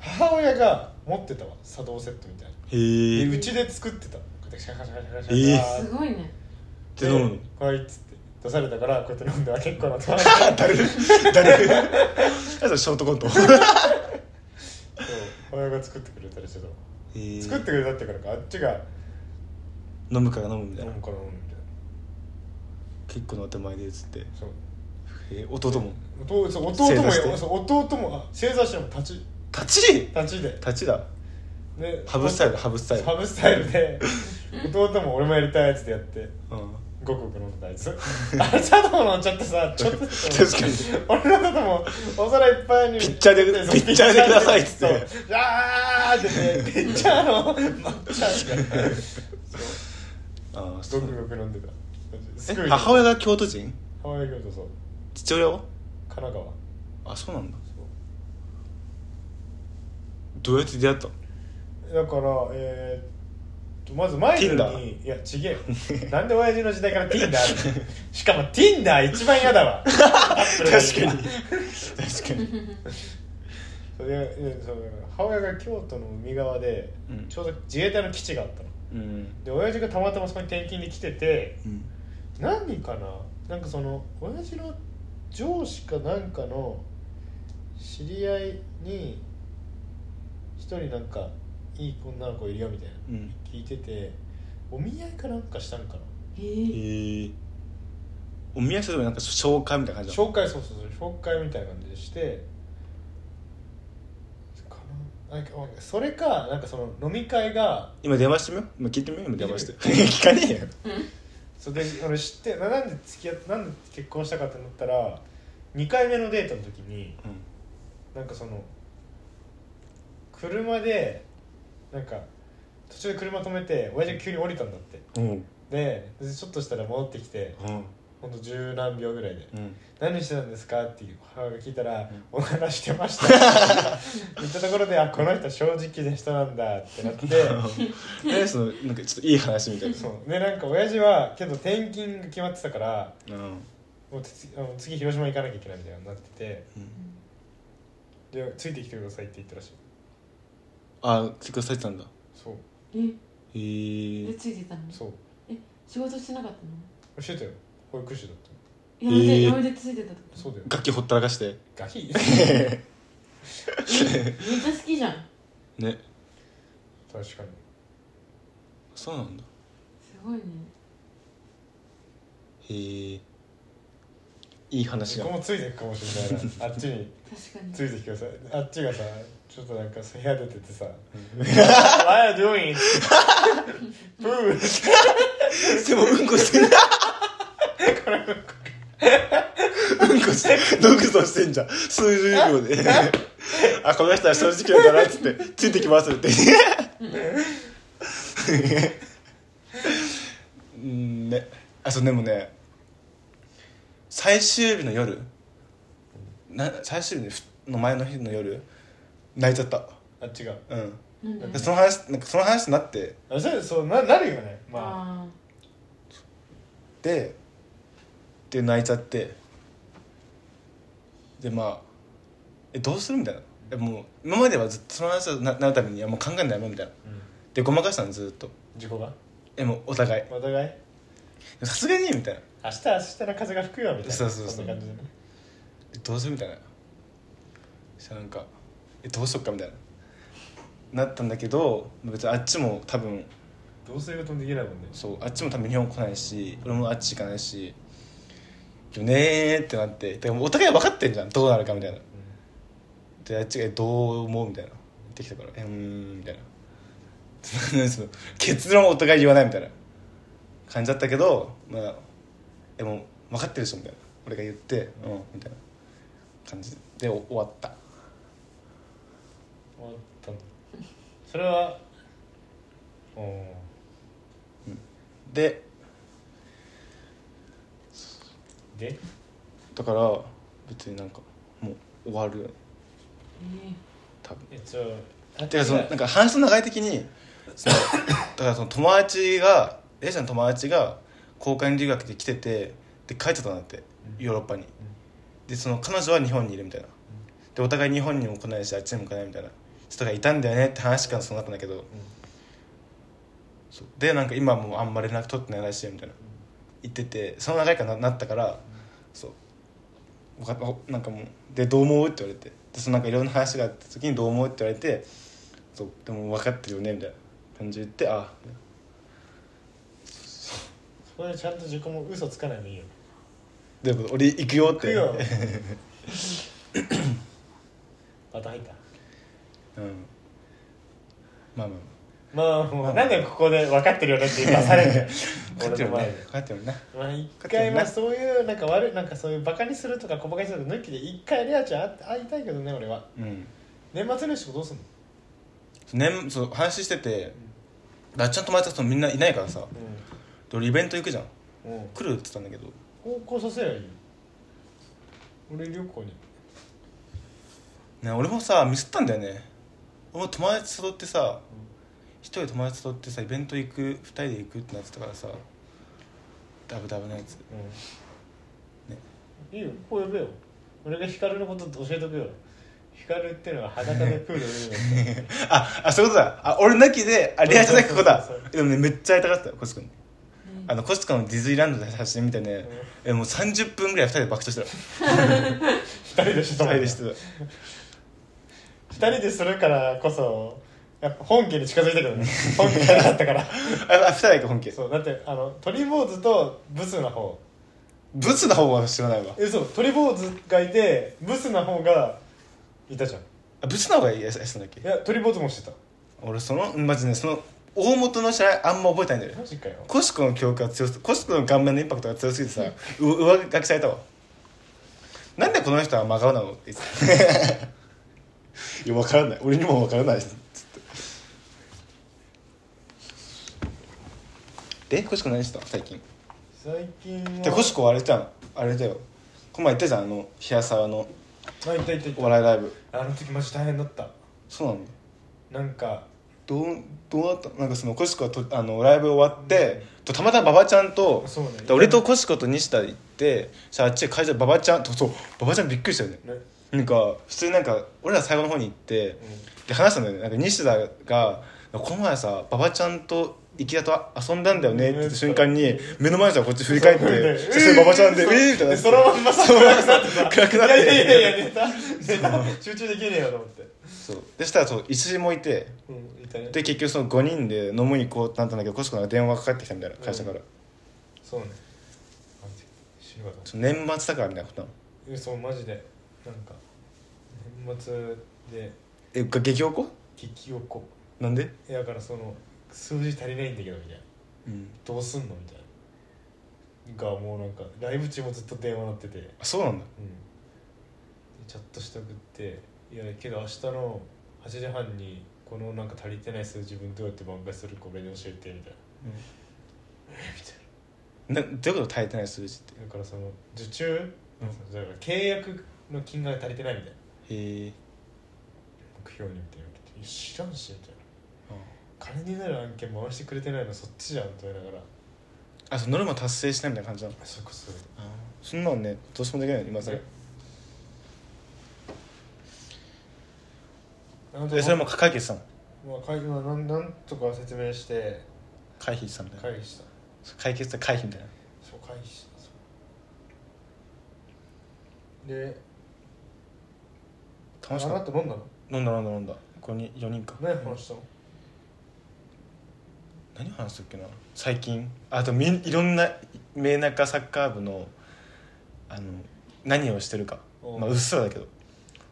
Speaker 1: 母親が持ってたわ茶道セットみたいな
Speaker 2: へ
Speaker 1: でう
Speaker 2: え
Speaker 1: ちで作ってたこうやってシャカシャカシャカシャカ
Speaker 2: え
Speaker 4: すごいね
Speaker 2: って飲むの
Speaker 1: こいっつって出されたからこうやって飲んでは結構なと思って
Speaker 2: 誰誰あとショート コント
Speaker 1: 母親が作ってくれたりしてたわ作ってくれたってからかあっちが
Speaker 2: 飲むから飲むみた
Speaker 1: 飲
Speaker 2: いな
Speaker 1: むから飲むみたいな
Speaker 2: 結構の手前でっつってへ
Speaker 1: そう
Speaker 2: え弟も
Speaker 1: 弟そう
Speaker 2: 正
Speaker 1: 弟も
Speaker 2: 座して
Speaker 1: そう弟もあ正座しても立ち
Speaker 2: 立ち
Speaker 1: 立ちで
Speaker 2: 立ちだ
Speaker 1: で
Speaker 2: ハブスタイルハブスタイル
Speaker 1: ハブスタイルで弟も俺もやりたいやつでやって
Speaker 2: うん
Speaker 1: ごくごく飲んでたあいつ あれ茶道のお茶ってさ ちょっと
Speaker 2: 確かに
Speaker 1: 俺のこともお皿いっぱいに
Speaker 2: ピッチャーで
Speaker 1: そう
Speaker 2: ピッチャーでくださいっつって
Speaker 1: そうあーってねピッチャーの抹茶みたいなそ
Speaker 2: ああ
Speaker 1: うごくごく飲んでたスクー
Speaker 2: え
Speaker 1: ル
Speaker 2: 母親が京都人
Speaker 1: 母親がそう
Speaker 2: 父親は
Speaker 1: 神奈川
Speaker 2: あそうなんだ
Speaker 1: そう
Speaker 2: どうやって出会ったの
Speaker 1: だからえーっとまずマイル
Speaker 2: Tinder
Speaker 1: にいやちげえよなんで親父の時代から Tinder あるのしかも Tinder 一番嫌だわ確
Speaker 2: 確かに確かに
Speaker 1: それででそう母親が京都の海側で、
Speaker 2: うん
Speaker 1: ちょうど自衛隊の基地があったの
Speaker 2: うん
Speaker 1: で親父がたまたまそこに転勤で来てて
Speaker 2: うん
Speaker 1: 何人かななんかその親父の上司かなんかの知り合いに一人なんかいい女の子いるよみたいな、
Speaker 2: うん
Speaker 1: 聞いててお見合いかなんかしたのかな
Speaker 4: え
Speaker 2: へ
Speaker 4: ー、
Speaker 2: えお見合いするなんか紹介みたいな感じなの
Speaker 1: 紹介そうそうそう紹介みたいな感じでしてかななんかそれかなんかその飲み会が
Speaker 2: 今電話してみよう今聞いてみよう今電話して聞かねえよ
Speaker 1: それで俺知ってななんで付き合ってなんで結婚したかって思ったら2回目のデートの時になんかその車でなんか途中で車止めて親父が急に降りたんだって
Speaker 2: うんうん
Speaker 1: ででちょっとしたら戻ってきて
Speaker 2: うん
Speaker 1: ほんと十何秒ぐらいで
Speaker 2: うん
Speaker 1: 「何してたんですか?」っていう母が聞いたら「おならしてました」って言ったところで「あこの人正直な人なんだ」ってなって
Speaker 2: えそのなんかちょっといい話みたいな
Speaker 1: そうでなんか親父はけど転勤が決まってたから
Speaker 2: うん
Speaker 1: もうつあの次広島行かなきゃいけないみたいになってて
Speaker 2: うん
Speaker 1: でついてきてくださいって言ったらしい
Speaker 2: あ来てくださってたんだ
Speaker 1: そう
Speaker 4: え
Speaker 2: へえ
Speaker 4: えついてたの
Speaker 1: そう
Speaker 4: 仕事してなかったの
Speaker 1: 教えてよ保育士だった
Speaker 4: やめて、
Speaker 2: えー
Speaker 4: やめてついてたってこと
Speaker 1: そうだよ
Speaker 2: 楽器ほったらかして
Speaker 1: ガキ
Speaker 4: めっちゃ好きじゃん
Speaker 2: ね
Speaker 1: 確かに
Speaker 2: そうなんだ
Speaker 4: すごいね
Speaker 2: へえいい話が
Speaker 1: 僕もついてくかもしれないなあっちに
Speaker 4: 確かに
Speaker 1: ついてきてくださいあっちがさちょっとなんか部屋出ててさ「What are you doing?」って「プー
Speaker 2: でもうんこしてんだうんこしてドクソしてんじゃん数十秒であこの人は正直なんだなっつってついてきますってうんねあそうでもね最終日の夜な最終日の前の日の夜泣いちゃった」
Speaker 1: あっちが
Speaker 2: うん
Speaker 4: なん
Speaker 2: で
Speaker 4: で
Speaker 2: その話なんかその話になって
Speaker 1: あそれそうななるよねまあ
Speaker 4: あ
Speaker 2: でで泣いちゃってでまあえどうするみたいなえもう今まではずっとその話にななるためにはもう考えないもんみたいな
Speaker 1: うん
Speaker 2: でごまかしたのずっと
Speaker 1: 事故が
Speaker 2: えもうお互い
Speaker 1: お互い
Speaker 2: さすがにみたいな
Speaker 1: 明日明日の風が吹くよみたいな
Speaker 2: そうそうそうん
Speaker 1: な感じでね
Speaker 2: えどうするみたいなそしたらなんかえどうしよっかみたいななったんだけど別にあっちも多分
Speaker 1: どうすることもできないもんね
Speaker 2: そうあっちも多分日本来ないし俺もあっち行かないしでもねーってなってでもお互い分かってんじゃんどうなるかみたいなであっちが「えどう思う?」みたいな言ってきたから「えうーん」みたいな その結論をお互い言わないみたいな感じだったけどまあ「えもう分かってるでしょ」みたいな俺が言って「うん」みたいな感じでお終わった
Speaker 1: 終わったのそれはおー
Speaker 2: で
Speaker 1: で
Speaker 2: だから別になんかもう終わるよね
Speaker 4: あええ
Speaker 2: 多分
Speaker 1: えじゃあ
Speaker 2: てかその
Speaker 1: あ
Speaker 2: なんか話の流れ的にそのだからその友達が A ちゃんの友達が交換留学で来ててで帰っちゃったんだって
Speaker 1: うん
Speaker 2: ヨーロッパにでその彼女は日本にいるみたいなでお互い日本にも来ないしあっちにも来ないみたいな人がいたんだよねって話からそうなったんだけどそうでなんか今もうあんま連絡取ってないらしいよみたいな言っててその流れからななったからそうわかわなんかもう「でどう思う?」って言われてでそのなんかいろんな話があった時に「どう思う?」って言われて「そうでも分かってるよね」みたいな感じで言って「あ
Speaker 1: そこでちゃんと自己も嘘つかないのいいよ
Speaker 2: でも俺行くよ」って
Speaker 1: 行くよまた入った
Speaker 2: うん、まあまあ
Speaker 1: まあもうなんでここで分かってるよねって言わされるんだ
Speaker 2: 分
Speaker 1: よ俺の
Speaker 2: かってるもん
Speaker 1: 前
Speaker 2: ね
Speaker 1: で
Speaker 2: 分かってるもんな
Speaker 1: まあ一回まあそういうなんか悪いなんかそういうバカにするとか小バカにするとか抜きで一回レアちゃん会会いたいけどね俺は
Speaker 2: うん
Speaker 1: 年末年始どうすんの
Speaker 2: 年そう話しててあっちの友達がそのみんないないからさで俺イベント行くじゃん
Speaker 1: うんうん
Speaker 2: 来るって言ったんだけど
Speaker 1: 高校させりゃいいよ俺旅行に
Speaker 2: ね俺もさミスったんだよね俺も友達誘ってさ一人友達誘ってさイベント行く二人で行くってなってたからさダブダブのやつ
Speaker 1: うんいいよこう呼べよ俺がヒカルのこと教えとくよヒカルってのは裸でプール 泳ぐの
Speaker 2: ああそういうことだあ俺抜きであレアじゃなくてここだ
Speaker 1: そうそうそう
Speaker 2: でもねめっちゃ会いたかったよコシ君
Speaker 4: うん
Speaker 2: あのコシ君のディズニーランドで写真見てねえもう30分ぐらい二人で爆笑してた
Speaker 1: 二人でし
Speaker 2: 二人でしてた
Speaker 1: 二人でするからこそやっぱ本家に近づいたけど ね本家がなかったから
Speaker 2: ああ二人だけ本気
Speaker 1: そうだってあの鳥坊主とブスな方
Speaker 2: ブスな方は知らないわ
Speaker 1: えそう鳥坊主がいてブスな方がいたじゃんい
Speaker 2: あブスな方がいいやつなんだっけ
Speaker 1: や鳥坊主もしてた
Speaker 2: 俺そのマジねその大元の知らないあんま覚えてないんだよ
Speaker 1: マジかよ
Speaker 2: コシコの記憶が強すコシコの顔面のインパクトが強すぎてさう上書きされたわなんでこの人は真顔なのって言っていや分からない俺にも分からないですつってでコシコ何したの最近
Speaker 1: 最近は
Speaker 2: でコシコはあれじゃんあれだよこの前言ったじゃんあの冷や沢の
Speaker 1: あいたいたい
Speaker 2: お
Speaker 1: た
Speaker 2: 笑いライブ
Speaker 1: あの時マジ大変だった
Speaker 2: そうなんだ
Speaker 1: なんか
Speaker 2: どうどうだったなんかそのコシコはとあのライブ終わって、とたまたま馬場ちゃんと
Speaker 1: そうね
Speaker 2: で俺とコシコと西田行ってさあっちで会場で馬場ちゃんとそう馬場ちゃんびっくりしたよね
Speaker 1: ね、うん、
Speaker 2: なんか普通になんか俺ら最後の方に行ってで話したんだよねなんか西田が「この前さ馬場ちゃんと池田と遊んだんだよね」って言った瞬間に目の前の人がこっち振り返って
Speaker 1: そう
Speaker 2: そして馬場ちゃんで「
Speaker 1: そう
Speaker 2: えー!」みたいな
Speaker 1: でそのまんまそのまま
Speaker 2: 暗くなっ
Speaker 1: いやいやいや
Speaker 2: て
Speaker 1: いやネタネタ集中できねえよと思って
Speaker 2: そうでしたらそう石井もいて
Speaker 1: うんいたね
Speaker 2: で結局その5人で飲むに行こうってなったんだけどコシコが電話がかかってきたみたいな会社から、
Speaker 1: そうねマジ死ぬわと思って
Speaker 2: そう年末だからみたいなことなの
Speaker 1: えそうマジでなんか年末で
Speaker 2: えが激おこ
Speaker 1: 激おこ
Speaker 2: なんで、
Speaker 1: えだからその数字足りないんだけどみたいな
Speaker 2: うん、
Speaker 1: どうすんのみたいながもうなんかライブ中もずっと電話鳴っててうんで
Speaker 2: あそうなんだ
Speaker 1: チャットして送っていやけど明日の8時半にこのなんか足りてない数字分どうやって挽回するか俺に教えてみたいなみたい
Speaker 2: などういうこと耐えてない数字って
Speaker 1: なだからその受注、だから契約の金額が足りてないみたいな
Speaker 2: へえ
Speaker 1: 目標にみたいな言われていや知らんしみたいな金になる案件回してくれてないのそっちじゃんと言いながら
Speaker 2: あそうノルマ達成しないみたいな感じなの
Speaker 1: それこそ
Speaker 2: そんなのねどうしようもできないの今さら
Speaker 1: ねなんと
Speaker 2: えそれも解決したの
Speaker 1: まあ会議はなんなんとか説明して
Speaker 2: 回避したみたいな
Speaker 1: 会議した
Speaker 2: 解決と回避みたいな
Speaker 1: そう会議したそうで
Speaker 2: 楽しか
Speaker 1: あ
Speaker 2: っ
Speaker 1: なた飲んだの
Speaker 2: た飲んだ飲んだ飲んだここに4人か
Speaker 1: 何話したの、
Speaker 2: 何話したっけな最近あとみんいろんな名中サッカー部のあの何をしてるか
Speaker 1: おう
Speaker 2: まあうっすらだけど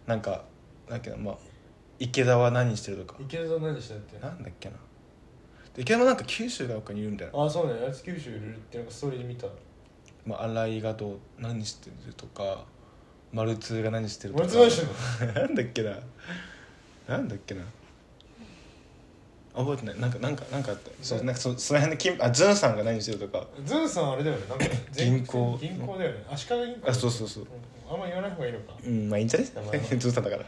Speaker 2: なんかなんだっけなまあ池田は何してるとか
Speaker 1: 池田さん何したって
Speaker 2: なんだっけなで池田もなんか九州がどっかにいるみたいな
Speaker 1: ああそうねあいつ九州いるってなんかストーリーで見た
Speaker 2: まあ、新井がどう何してるとかマルツーが何してるとか
Speaker 1: 俺つ何してんの
Speaker 2: なんだっけななんだっけな覚えてないなんかなんかなんかあったそうなんかそその辺の金あズンさんが何してるとか
Speaker 1: ズンさんあれだよねなんか全
Speaker 2: 銀行
Speaker 1: 銀行だよね足利銀行
Speaker 2: あそうそうそうん
Speaker 1: あんま言わない方がいいのか
Speaker 2: うんまあいいんじゃない
Speaker 1: 名前は
Speaker 2: ズンさんだから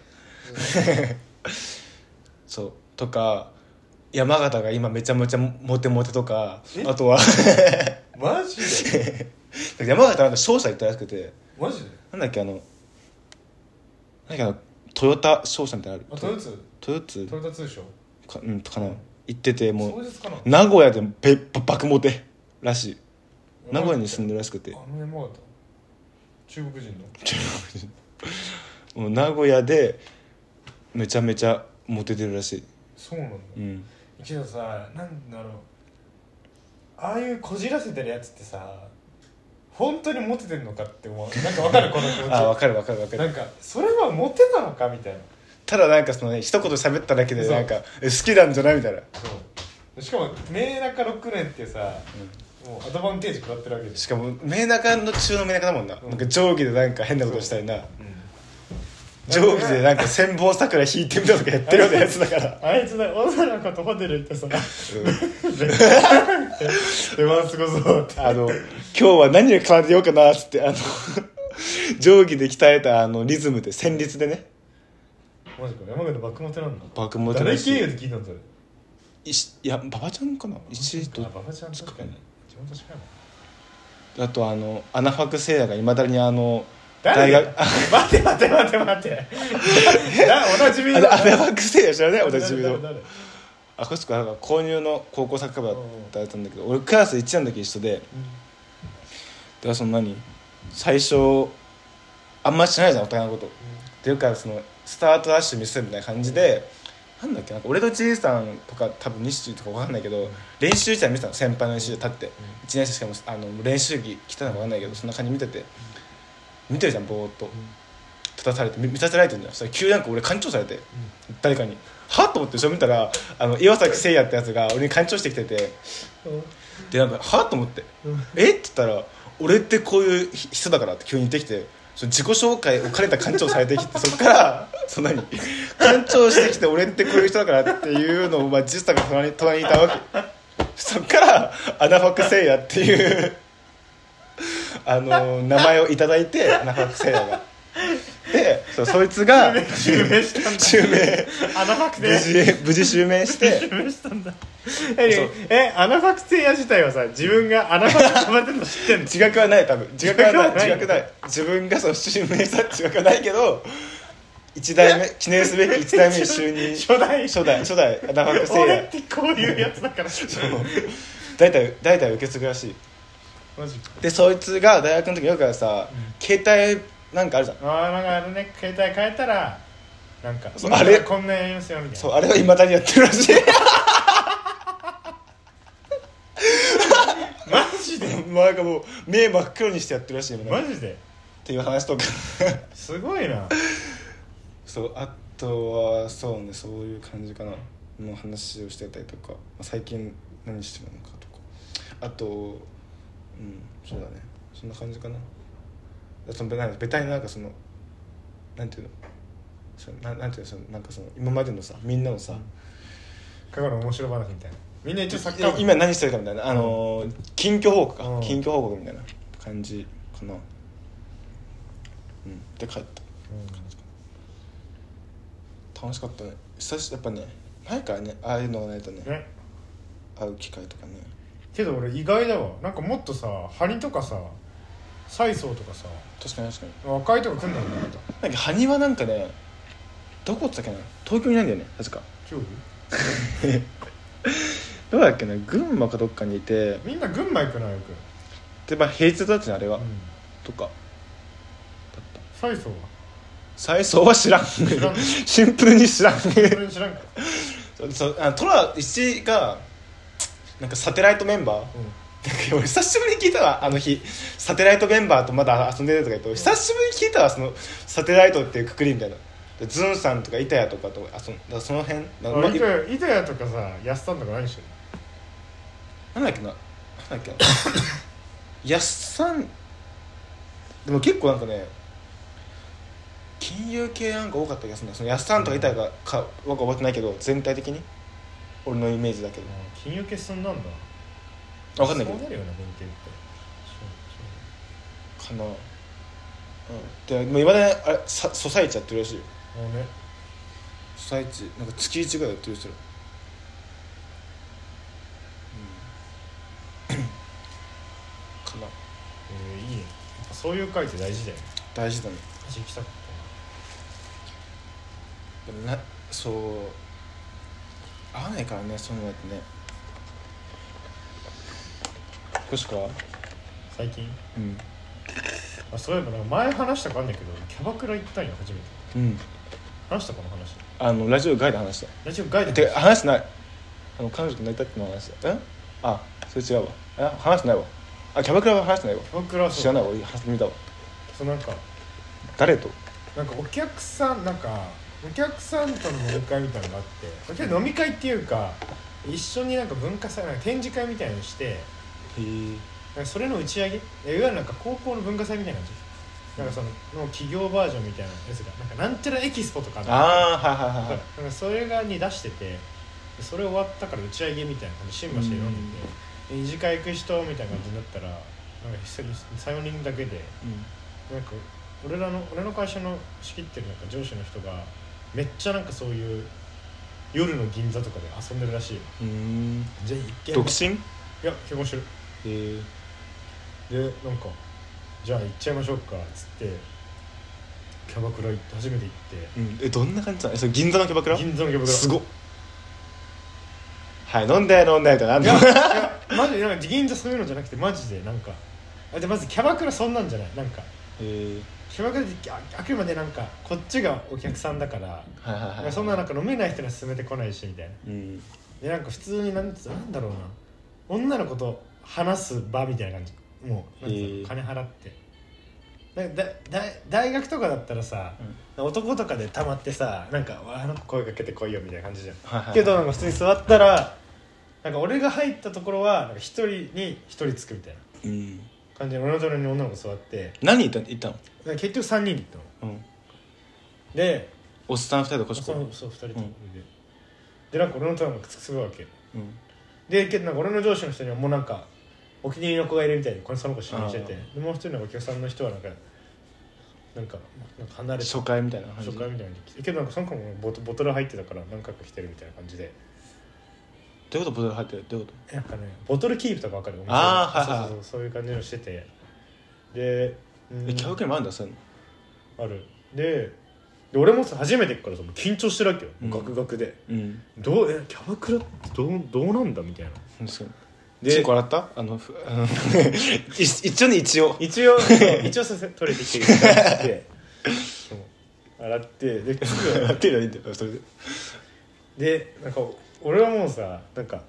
Speaker 2: そうとか山形が今めちゃめちゃモテモテとか
Speaker 1: え
Speaker 2: あとは
Speaker 1: マジで
Speaker 2: 山形なんか商社行ったらしくて
Speaker 1: マジで
Speaker 2: なんだっけあのなんかあのトヨタ商社みたいなの
Speaker 1: あ
Speaker 2: あ
Speaker 1: トヨ
Speaker 2: る
Speaker 1: タ
Speaker 2: トヨツ
Speaker 1: トヨタ通商
Speaker 2: か,、うん、かな行っててもう
Speaker 1: 当日かな
Speaker 2: 名古屋でべ爆モテらしい名古屋に住ん
Speaker 1: で
Speaker 2: でるらしくて
Speaker 1: あの山形中国人の
Speaker 2: もう名古屋でめちゃめちゃモテてるらし
Speaker 1: そうなんだ
Speaker 2: い、うん、
Speaker 1: けどさなんだろうああいうこじらせてるやつってさ本当にモテてんのかって思うなんかわかるこの気持ち
Speaker 2: あ分かる分かる分か
Speaker 1: なん
Speaker 2: る
Speaker 1: かそれはモテたのかみたいな
Speaker 2: ただなんかそのね一言喋っただけで
Speaker 1: そう
Speaker 2: なんかえ好きなんじゃないみたいな
Speaker 1: そうしかも明中6年ってさ、もうアドバンテージ食らってるわけで
Speaker 2: しかも明中の中の明中だもんな,、
Speaker 1: うん
Speaker 2: なんか定規でなんか変なことしたりな
Speaker 1: うん
Speaker 2: 定規でなんか千本桜引いてみたとかやってるようなやつだから
Speaker 1: あいつね女の子とホテル行 ってさ「
Speaker 2: うん
Speaker 1: 出番すごそう」って
Speaker 2: あの今日は何を奏でようかなっ つってあの定規で鍛えたあのリズムで旋律でね
Speaker 1: マジか山形幕元なんだ
Speaker 2: 爆モテ
Speaker 1: 誰
Speaker 2: だ
Speaker 1: 経由
Speaker 2: し
Speaker 1: で聞いたんそれ
Speaker 2: いしいや馬場ちゃんかな石と
Speaker 1: あ馬場ちゃん確かに地元近いもん
Speaker 2: あとあのアナファク聖夜がいまだにあの
Speaker 1: 誰
Speaker 2: 大
Speaker 1: 待
Speaker 2: 学あ
Speaker 1: って待って待って待ってだおなじみ の
Speaker 2: あのアナファク聖夜知らない私
Speaker 1: 誰誰
Speaker 2: の
Speaker 1: 誰
Speaker 2: あこいつかなんか購入の高校サッカー部だったんだけど俺クラス1年の時一緒でだからその何最初あんま知らないじゃんお互いのことっていうかそのスタートダッシュ見せるみたいな感じで、なんだっけなんか俺とじいさんとか多分西中とか分かんないけど、練習自体見てたの先輩の練習で立って、一1年生しかもあの練習着着たのか分かんないけどそんな感じ見てて、見てるじゃんぼーっと、立たされてみ見させられてるんだよそれ急になんか俺勘違いされて、誰かにはっと思ってそれ見たらあの岩崎誠也ってやつが俺に勘違いしてきててでなんかはっと思って「えっ?」て言ったら「俺ってこういう人だから」って急に言ってきてその自己紹介を兼ねた館長されてきてそっからそんなに館長してきて「俺ってこういう人だから」っていうのを、まあ、ジスタが隣に隣にいたわけそっから「アナファク聖夜」っていうあの名前をいただいてアナファク聖夜が。でそうそいつが襲名したんだ襲名
Speaker 1: 穴ファク
Speaker 2: 無事無事襲名してそう
Speaker 1: えアナファクセイヤ自体はさ自分がアナファクセイヤってんの知ってんの
Speaker 2: 自覚はない多分自覚はない
Speaker 1: 自
Speaker 2: 自
Speaker 1: 覚
Speaker 2: 覚
Speaker 1: は
Speaker 2: ない自分がその襲名した自覚はないけど一代目記念すべき1代目に就任
Speaker 1: 初代
Speaker 2: 初代初代生白聖
Speaker 1: 俺
Speaker 2: 夜
Speaker 1: ってこういうやつだから
Speaker 2: 代々代々受け継ぐらしい
Speaker 1: マジか
Speaker 2: でそいつが大学の時よくあるさ、携帯なんかあるじゃん
Speaker 1: ああなんかあれね携帯変えたらなんか
Speaker 2: そうあれ
Speaker 1: こんなやりますよみたいな
Speaker 2: そうあれはいまだにやってるらしい
Speaker 1: マジで
Speaker 2: もうなんかもう目真っ黒にしてやってるらしいよ
Speaker 1: マ
Speaker 2: ねっ
Speaker 1: ジで
Speaker 2: ていう話とか
Speaker 1: すごいな
Speaker 2: そうあとはそうねそういう感じかなの話をしてたりとかまあ最近何してるのかとかあとうんそうだねそんな感じかなそのべたベタになんかそのなんていうのそのななんていうのそのなんかその今までのさみんなのさ、
Speaker 1: 過去の面白話みたいなみんな一応サッカー部
Speaker 2: 今何してるかみたいなあのー、近況報告か、
Speaker 1: うん
Speaker 2: 近況報告みたいな感じかなうんで帰った楽しかったね久しやっぱねないからねああいうのがないとね
Speaker 1: うんね
Speaker 2: 会う機会とかね
Speaker 1: けど俺意外だわなんかもっとさハニとかさサイソーとかさ
Speaker 2: 確かに確かに
Speaker 1: 若いとか来んのかなと
Speaker 2: なんか埴輪なんかねどこだったっけな東京にないんだよね確か
Speaker 1: 今日
Speaker 2: どうだっけな群馬かどっかにいて
Speaker 1: みんな群馬行くなよく、
Speaker 2: でまあ平日だったねあれは、
Speaker 1: うん、
Speaker 2: とか
Speaker 1: サイソーは
Speaker 2: 最初は知らん
Speaker 1: らん
Speaker 2: シンプルに知らん
Speaker 1: それ知らんか、
Speaker 2: そうそうあのトラ石がなんかサテライトメンバー
Speaker 1: う
Speaker 2: なんか俺久しぶりに聞いたわあの日サテライトメンバーとまだ遊んでるとか言って久しぶりに聞いたわそのサテライトっていうくくりみたいなでズンさんとか板谷とかとあそだからその辺なんんかま
Speaker 1: あ、板谷板谷とかさ安さんとか何してる
Speaker 2: なんだっけななんだっけな やっさんでも結構なんかね金融系なんか多かった気がするんだそのやっさんとか板谷がかは覚えてないけど全体的に俺のイメージだけ
Speaker 1: の金融決算なんだ
Speaker 2: ど分かんないけど
Speaker 1: そうなるよな文系って
Speaker 2: かなうんでもう今ねあれさソサイチやってるらしいよ
Speaker 1: そうそうもうね
Speaker 2: ソサイチなんか月1ぐらいやってる人らうん かな
Speaker 1: えーいいねやっぱそういう会って大事だよね
Speaker 2: 大事だね
Speaker 1: 私行きたかっ
Speaker 2: でもなそう合わないからねそういうのやってね少しか
Speaker 1: たな最近
Speaker 2: うん
Speaker 1: あそういえばなんか前話したかあんだけどキャバクラ行ったんよ初めて
Speaker 2: うん
Speaker 1: 話したこの話
Speaker 2: あのラジオ外で話し
Speaker 1: ラジオガイド
Speaker 2: たてか話してないあの彼女と泣いたっての話だえあそれ違うわえ話してないわあキャバクラは話してないわ
Speaker 1: キャバクラはそう
Speaker 2: 知らないわ俺話してみたわ
Speaker 1: そうなんか
Speaker 2: 誰と
Speaker 1: なんかお客さんなんかお客さんとの飲み会みたいなのがあってお客飲み会っていうか一緒になんか文化祭なんか展示会みたいなのして
Speaker 2: へえ
Speaker 1: なんかそれの打ち上げいやいわゆるなんか高校の文化祭みたいな感じなんかそのの企業バージョンみたいなやつがなんかなんちゃらエキスポとかの
Speaker 2: ああはいはいはい
Speaker 1: なん
Speaker 2: はい
Speaker 1: かそれがに出しててそれ終わったから打ち上げみたいな感じ新橋で飲んでて、で二次会行く人みたいな感じになったらなんか一人34人だけで
Speaker 2: うん
Speaker 1: なんか俺らの俺の会社の仕切ってるなんか上司の人がめっちゃなんかそういう夜の銀座とかで遊んでるらしいよ
Speaker 2: うん
Speaker 1: じゃあ一軒
Speaker 2: 独身
Speaker 1: いや結婚してる
Speaker 2: え
Speaker 1: でなんかじゃあ行っちゃいましょうかっつってキャバクラ行って初めて行
Speaker 2: ーうん、えどんな感じなのえそれ銀座のキャバクラ
Speaker 1: って銀座のキャバクラ
Speaker 2: すごっはい飲んで飲んでとかなん
Speaker 1: い
Speaker 2: で
Speaker 1: やいやマジでなんか銀座そういうのじゃなくてマジでなんかあでまずキャバクラそんなんじゃないなんか
Speaker 2: え
Speaker 1: キャバクラってああくまでなんかこっちがお客さんだから、
Speaker 2: ー、はいはいはい
Speaker 1: そんななんか飲めない人には勧めてこないしみたいな
Speaker 2: うん
Speaker 1: でなんか普通になんつなんだろうな女の子と話す場みたいな感じもうなんつうの
Speaker 2: へー
Speaker 1: 金払ってなんかだだ大学とかだったらさ、男とかでたまってさなんかわああの子声かけてこいよみたいな感じじゃん
Speaker 2: はいはいはい
Speaker 1: けどなんか普通に座ったらなんか俺が入ったところはなんか一人に一人つくみたいな
Speaker 2: うん
Speaker 1: 感じで俺の隣に女の子座って
Speaker 2: 何言った言ったの、
Speaker 1: なんか結局3人で行ったの
Speaker 2: うん、
Speaker 1: で
Speaker 2: おっさん2人でこっち
Speaker 1: そ
Speaker 2: 来
Speaker 1: う
Speaker 2: い
Speaker 1: そう2人と
Speaker 2: う
Speaker 1: も
Speaker 2: ん
Speaker 1: で、でなんか俺の隣の子つくわけ
Speaker 2: うん
Speaker 1: でけどなんか俺の上司の人にはもうなんかお気に入りの子がいるみたいでこれその子指名してて
Speaker 2: あ
Speaker 1: でもう一人のお客さんの人はなんかなんかなんか離れて
Speaker 2: 初回みたいな感じ
Speaker 1: 初回みたいにけどなんかその子もボトボトル入ってたから何回か来てるみたいな感じで
Speaker 2: どういうことボトル入ってるどういうこ
Speaker 1: なんかねボトルキープとかわかる
Speaker 2: あーはいはい
Speaker 1: そうそうそうそういう感じのしててで、うん
Speaker 2: とえキャバクラにもあるんだそういうの
Speaker 1: あるでで俺もさ初めて行くからさもう緊張してるわけよ、
Speaker 2: うん
Speaker 1: ガクガクで
Speaker 2: うん
Speaker 1: どうえキャバクラってどうどうなんだみたいな
Speaker 2: 確かに
Speaker 1: で
Speaker 2: チンコ洗ったあのふあの 一一応ね一応
Speaker 1: 一応そう一応させ取れてきてるからってそう洗ってで靴を
Speaker 2: やってるよいいんだよそれで
Speaker 1: でなんか俺はもうさなんか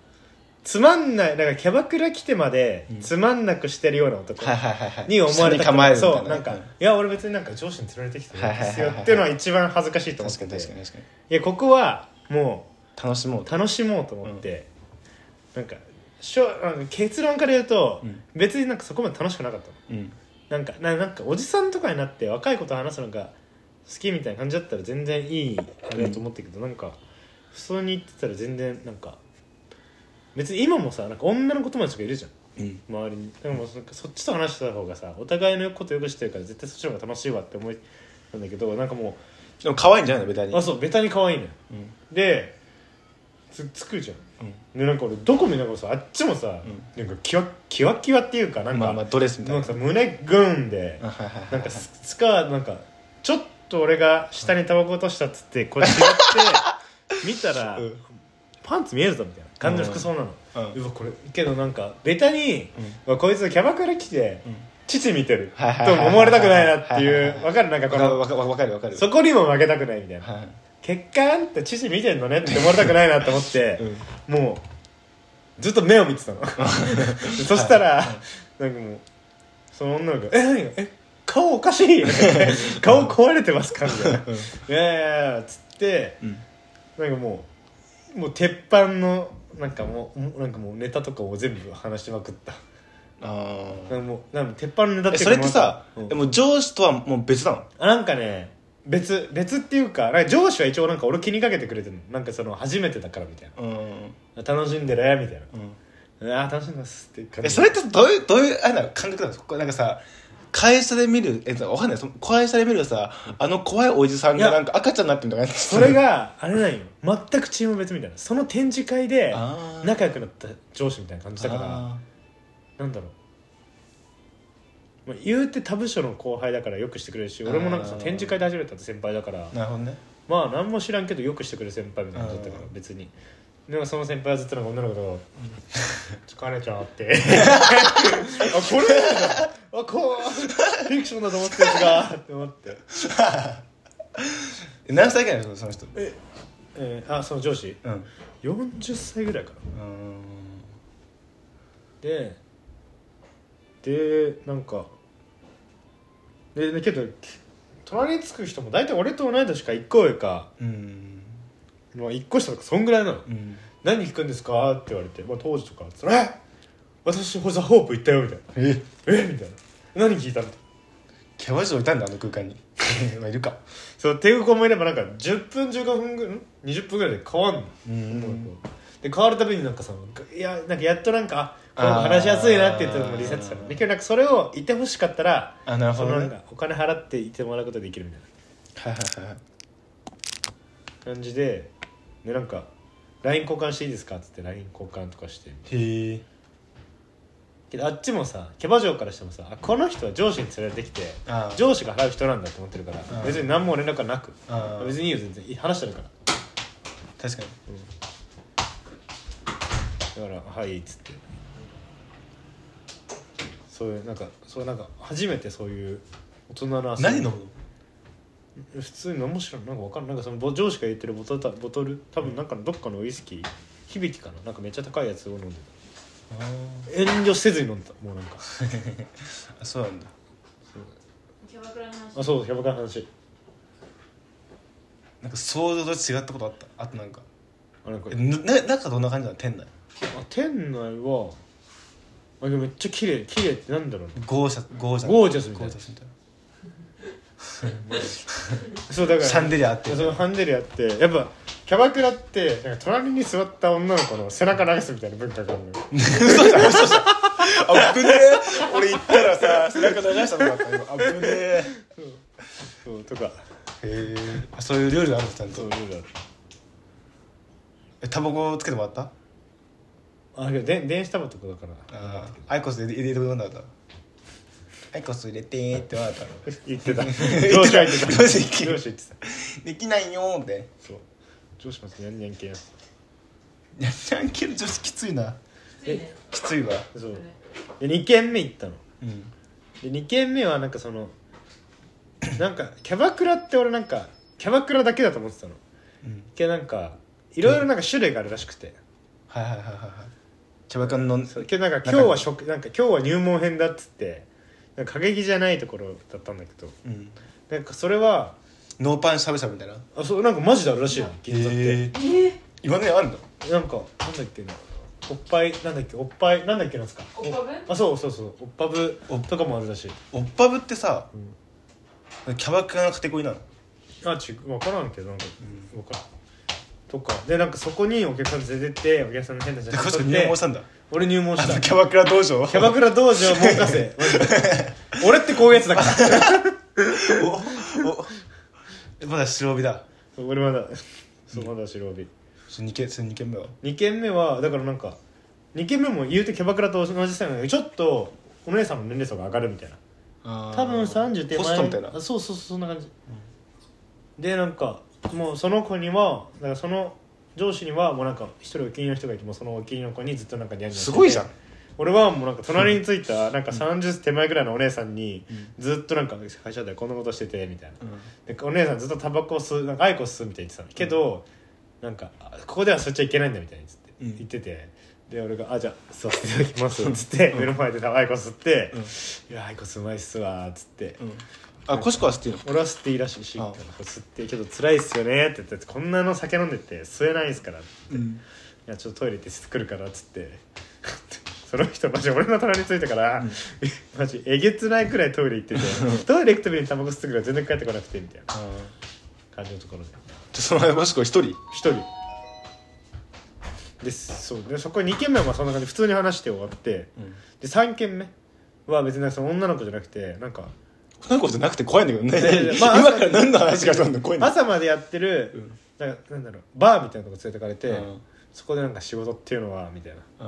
Speaker 1: つまんないなんかキャバクラ来てまで
Speaker 2: うん
Speaker 1: つまんなくしてるような男
Speaker 2: はいはいはいはい
Speaker 1: に思われた
Speaker 2: 下に構えるみたいな
Speaker 1: そうなんか、
Speaker 2: うん
Speaker 1: いや俺別になんか上司に連れてきてるんですよ
Speaker 2: はいはいはいはい
Speaker 1: っていうのは一番恥ずかしいと思っ
Speaker 2: 確
Speaker 1: て
Speaker 2: かに確かに確かに
Speaker 1: いやここはも
Speaker 2: 楽しもう
Speaker 1: う楽しもうと思って、なんかしょなんか結論から言うと、
Speaker 2: うん
Speaker 1: 別になんかそこまで楽しくなかったの
Speaker 2: うん
Speaker 1: なんかななんかおじさんとかになって若い子と話すのが好きみたいな感じだったら全然いいあれだと思ったけど、なんか普通に言ってたら全然なんか別に今もさなんか女の子友達とかいるじゃん
Speaker 2: うん
Speaker 1: 周りにでもなんかそっちと話してた方がさお互いのことよくしてるから絶対そっちの方が楽しいわって思いなんだけどなんかも
Speaker 2: でも可愛いんじゃないのベタに
Speaker 1: うあそうベタに可愛いのよ
Speaker 2: うん
Speaker 1: でつつくじゃん
Speaker 2: う
Speaker 1: でなんか俺どこ見ながらさあっちもさ、なんかキワッキワキワっていうかなん
Speaker 2: ん
Speaker 1: か,、
Speaker 2: まあまあドレスみた
Speaker 1: ないん
Speaker 2: な
Speaker 1: かさ胸グーンで
Speaker 2: あはいはいはい
Speaker 1: なんかススカーなんかちょっと俺が下にタバコ落としたっつってこうや って見たら、
Speaker 2: うん
Speaker 1: パンツ見えるぞみたいな感じの服装なの、
Speaker 2: う
Speaker 1: うんわこれけどなんかベタに、うわこいつキャバクラ来て、
Speaker 2: うん
Speaker 1: 父見てる、
Speaker 2: はいはい
Speaker 1: と
Speaker 2: はいはい
Speaker 1: 思われたくないなってい
Speaker 2: はいはいはいう
Speaker 1: わかるなんかこ
Speaker 2: わ
Speaker 1: の
Speaker 2: かわかわかるわかる
Speaker 1: そこにも負けたくないみたいな、
Speaker 2: はい
Speaker 1: 結果あんた父見てんのねって思われたくないなと思って、もうずっと目を見てたの そしたら、なんかもうその女の子が「え何え顔おかしいよね 顔壊れてますか?」みたいな「いやいやいや」つって
Speaker 2: うん
Speaker 1: なんかもうもう鉄板のなんかもうもうなんかもうネタとかを全部話しまくった
Speaker 2: あ
Speaker 1: なんかもうなんか鉄板のネタ
Speaker 2: あ
Speaker 1: っていう
Speaker 2: そ
Speaker 1: か
Speaker 2: れってさ
Speaker 1: うん
Speaker 2: でも上司とはもう別なの
Speaker 1: あなんかね別別っていうかなんか上司は一応なんか俺気にかけてくれてるのなんかその初めてだからみたい
Speaker 2: うん
Speaker 1: な楽しんでるやみたいな
Speaker 2: うん
Speaker 1: ああ楽しんでますって感
Speaker 2: え
Speaker 1: じ
Speaker 2: それってどういうどういうあれなの感覚なのこうなんかさ会社で見るえわかんないその会社で見るさあの怖いおじさん
Speaker 1: い
Speaker 2: が
Speaker 1: や
Speaker 2: なんか赤ちゃんになってるのかな
Speaker 1: それがあれなんよ全くチーム別みたいなその展示会で
Speaker 2: あー
Speaker 1: 仲良くなった上司みたいな感じだから
Speaker 2: あ
Speaker 1: なんだろう、まあ、言うて他部署の後輩だからよくしてくれるし俺もなんかそ
Speaker 2: あ
Speaker 1: の
Speaker 2: ー
Speaker 1: 展示会で初めて会った先輩だから
Speaker 2: ーなるほどね
Speaker 1: まあ何も知らんけどよくしてくれる先輩みたいな感じだったから
Speaker 2: あー
Speaker 1: 別になんかその先輩はずっとなんか女の子と「疲れちゃう」って あこれあこうフィクションだと思ってるんですがって思って
Speaker 2: え何歳ぐらいなのその人
Speaker 1: ええーあその上司
Speaker 2: うんう
Speaker 1: 40歳ぐらいかな
Speaker 2: ーん
Speaker 1: ででなんかででけどき隣につく人も大体俺と同い年か1個上か、
Speaker 2: うん
Speaker 1: まあ、1個下とかそんぐらいなの
Speaker 2: うん
Speaker 1: 「何弾くんですか?」って言われて、まあ、当時とかつったら「え私ホザ・ホープ行ったよ」みたいな
Speaker 2: え
Speaker 1: 「えみたいな「何聞いたの?」
Speaker 2: キャバ嬢いたんだあの空間に まあいるか
Speaker 1: そうっていう子もいればなんか10分15分ぐん20分ぐらいで変わんの
Speaker 2: うん
Speaker 1: で変わるたびになんかさいやなんかやっとなんかあこの子話しやすいなって言ってもリセットされ
Speaker 2: あ
Speaker 1: る
Speaker 2: ー
Speaker 1: でけどなんかそれをいてほしかったら
Speaker 2: あなるほど
Speaker 1: そ
Speaker 2: ね
Speaker 1: のなんかお金払っていてもらうことができるみたいな
Speaker 2: はいはいはい
Speaker 1: 感じででなんか LINE 交換していいですかっつって LINE 交換とかして
Speaker 2: へえ
Speaker 1: けどあっちもさキャバ嬢からしてもさあこの人は上司に連れられてきて
Speaker 2: ああ
Speaker 1: 上司が払う人なんだと思ってるから
Speaker 2: ああ
Speaker 1: 別に何も連絡はなく
Speaker 2: ああ
Speaker 1: 別にいいよ全然いい話してるから
Speaker 2: 確かに
Speaker 1: だから「はい」っつってそういうなんかそうなんか初めてそういう大人の遊び
Speaker 2: 何飲むの
Speaker 1: 普通に何も知らんなんかわかんないなんかそのボ上司が言ってるボトルたボトル多分なんかのどっかのウイスキー響きかななんかめっちゃ高いやつを飲んでた遠慮せずに飲んでたもうなんか
Speaker 2: あそうなんだ
Speaker 4: キャバクラの話
Speaker 1: あそうキャバクラの話
Speaker 2: なんか想像と違ったことあったあとなんか
Speaker 1: あなんか
Speaker 2: えなな中どんな感じなの店
Speaker 1: あ
Speaker 2: 内
Speaker 1: 店内はあでもめっちゃ綺麗綺麗ってなんだろうね
Speaker 2: ゴーシャゴージャ
Speaker 1: ゴージャスみたいな
Speaker 2: ゴージャスみたいな
Speaker 1: そうだから
Speaker 2: シャンデリアあって
Speaker 1: そうシャンデリアってやっぱキャバクラってなんか隣に座った女の子の背中流すみたいな文化があるのよ
Speaker 2: あぶねえ俺行ったらさ背中流したのだった今あぶねえ
Speaker 1: そうとか
Speaker 2: へえそういうルールあるんですちゃん
Speaker 1: そう
Speaker 2: と
Speaker 1: いうのがある
Speaker 2: えタバコつけてもらった
Speaker 1: あけどで電子タバとかだから
Speaker 2: あーアイコス入れ入れてもらんなかったアイコス入れてーって言わなかったの
Speaker 1: 言 ってた上司が言ってた
Speaker 2: 上司言ってた
Speaker 1: 上司言ってた
Speaker 2: できないよーって
Speaker 1: そう上司もニャンニャン系やつ
Speaker 2: いやじゃんける女子きついな
Speaker 4: きついね
Speaker 2: きついわ
Speaker 1: そうで2軒目行ったの
Speaker 2: うん
Speaker 1: で2軒目はなんかその なんかキャバクラって俺なんかキャバクラだけだと思ってたの
Speaker 2: うん
Speaker 1: けどなんかいろいろなんか種類があるらしくて、
Speaker 2: はいはいはいはいはいキャバクラの
Speaker 1: そうけどなんか今日は食なんか今日は入門編だっつってなんか過激じゃないところだったんだけど
Speaker 2: うん
Speaker 1: なんかそれは
Speaker 2: ノーパンしゃぶしゃぶみたいな
Speaker 1: あそうなんかマジであるらしいよ銀座って、
Speaker 2: へー
Speaker 4: ええ
Speaker 2: 今ねあるんだ
Speaker 1: なんかなんだっけなおっぱいなんだっけおっぱいなんだっけなんですか
Speaker 4: おっぱぶ
Speaker 1: あそうそうそうおっぱぶとかもあるらしい
Speaker 2: おっぱぶってさ、キャバクラのカテゴリーなの
Speaker 1: あち分からんけどなんか分からんとかでなんかそこにお客さん連れてってお客さんの変な写
Speaker 2: でこ
Speaker 1: 真
Speaker 2: っち
Speaker 1: 撮っ
Speaker 2: 入
Speaker 1: て
Speaker 2: 門したんだ
Speaker 1: 俺入門
Speaker 2: あ
Speaker 1: し
Speaker 2: の
Speaker 1: た
Speaker 2: キャバクラ道場
Speaker 1: キャバクラ道場文化生 マジで俺ってこういうやつだから
Speaker 2: おおえまだ白帯だ
Speaker 1: そう俺まだそうまだ白帯
Speaker 2: それ2軒それ二軒目は
Speaker 1: 2軒目はだからなんか2軒目も言うてキャバクラと同じ世代なのにちょっとお姉さんの年齢層が上がるみたいな多分30手前
Speaker 2: ホストみたいな
Speaker 1: あそうそうそうそんな感じ、でなんかもうその子にはだからその上司にはもうなんか一人お気に入りの人がいてもうそのお気に入りの子にずっとなんかニャンニャンしてて
Speaker 2: すごいじゃん
Speaker 1: 俺はもうなんか隣についたなんか30手前ぐらいのお姉さんにずっとなんか会社でこんなことしててみたいな、でお姉さんずっとタバコを吸うなんかアイコス吸うみたいに言ってたのけど、なんかあここでは吸っちゃいけないんだみたいにつって、
Speaker 2: うん
Speaker 1: 言っててで俺が「あじゃあ吸わせていただきます」っつって目の前でアイコス吸って
Speaker 2: うん
Speaker 1: 「いやアイコスうまいっすわ」っつって、
Speaker 2: うんあコシコは吸っていいの
Speaker 1: 俺は吸っていいらしいし」
Speaker 2: あ
Speaker 1: なんか吸って「けど辛いっすよね」って言って「こんなの酒飲んでて吸えないんすから」い
Speaker 2: うん
Speaker 1: やちょっとトイレ行って作るから」っつって。 その人マジ俺の隣についてから、マジえげつないくらいトイレ行 っててトイレ行くたびにタバコ吸ってくから全然帰ってこなくてみたいな感じのところで
Speaker 2: じゃその前コシコ一人
Speaker 1: 一人ですそうでそこ2軒目はまあそんな感じ普通に話して終わってで3軒目は別にその女の子じゃなくてなんか
Speaker 2: 女の子じゃなくて怖いんだけどね
Speaker 1: いやいやまあ
Speaker 2: 今から何の話がしたんだ怖いんだ
Speaker 1: 朝までやってる、なんかなんだろうバーみたいなとこ連れてかれて、
Speaker 2: うん
Speaker 1: そこでなんか仕事っていうのはみたいな
Speaker 2: あ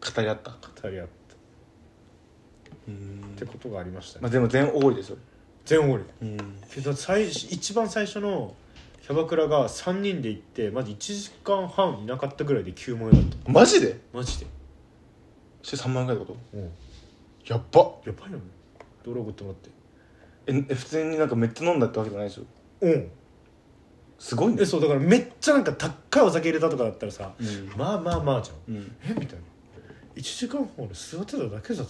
Speaker 2: ー語り合った
Speaker 1: 語り合ったってことがありました
Speaker 2: まあ
Speaker 1: ね
Speaker 2: でも全多いでしょ
Speaker 1: 全オール
Speaker 2: うん
Speaker 1: けど最一番最初のキャバクラが3人で行ってまず1時間半いなかったぐらいで9万円だった
Speaker 2: マジで
Speaker 1: マジで
Speaker 2: それ3万円ぐらいってこ
Speaker 1: うん
Speaker 2: とやっば
Speaker 1: やばいよねドラゴってもらって
Speaker 2: ええ普通になんかめっちゃ飲んだってわけじゃないでしょ
Speaker 1: うん
Speaker 2: すごい
Speaker 1: え
Speaker 2: ね
Speaker 1: そうだからめっちゃなんか高いお酒入れたとかだったらさ、
Speaker 2: うん
Speaker 1: まあまあまあじゃん、
Speaker 2: うん
Speaker 1: えみたいな1時間半俺座ってただけだぞ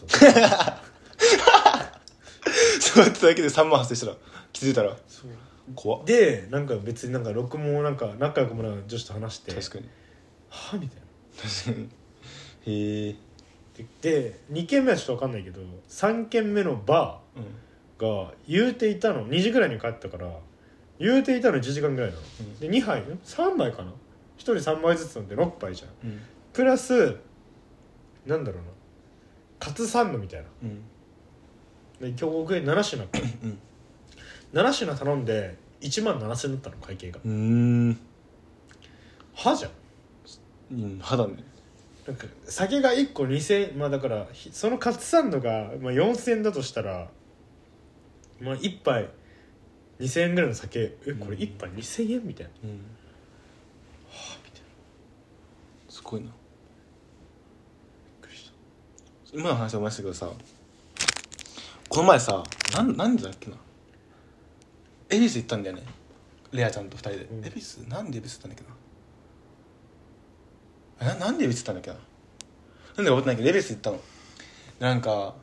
Speaker 2: そうやってただけで3万発生したら気づいたら
Speaker 1: そう
Speaker 2: 怖っ
Speaker 1: でなんか別になんか録もなんか仲良くもない女子と話して
Speaker 2: 確かに
Speaker 1: はあみたいな
Speaker 2: 確かにへえ
Speaker 1: で2軒目はちょっと分かんないけど3軒目のバ
Speaker 2: うん
Speaker 1: ーが言うていたの2時ぐらいに帰ったから言うていたの1時間ぐらいなの、
Speaker 2: ん
Speaker 1: で2杯ん3杯かな1人3杯ずつ飲んで6杯じゃん
Speaker 2: うん
Speaker 1: プラスなんだろうなカツサンドみたいな
Speaker 2: うん
Speaker 1: で今日僕7品
Speaker 2: うん
Speaker 1: 7品頼んで1万7000円だったの会計が
Speaker 2: うーん
Speaker 1: 歯じゃん
Speaker 2: うん肌ね
Speaker 1: なんか酒が1個2000まあだからひそのカツサンドが、まあ、4000円だとしたら、まあ、1杯2000円ぐらいの酒えこれ1杯2000円みたいな
Speaker 2: うんすごいな
Speaker 1: びっくりした
Speaker 2: 今の話は思いましたけどさこの前さなんなんでだっけな恵比寿行ったんだよねレアちゃんと二人で
Speaker 1: うん
Speaker 2: 恵比寿なんで恵比寿行ったんだっけなあななんで恵比寿行ったんだっけななんでか覚えてないけど恵比寿行ったのなんか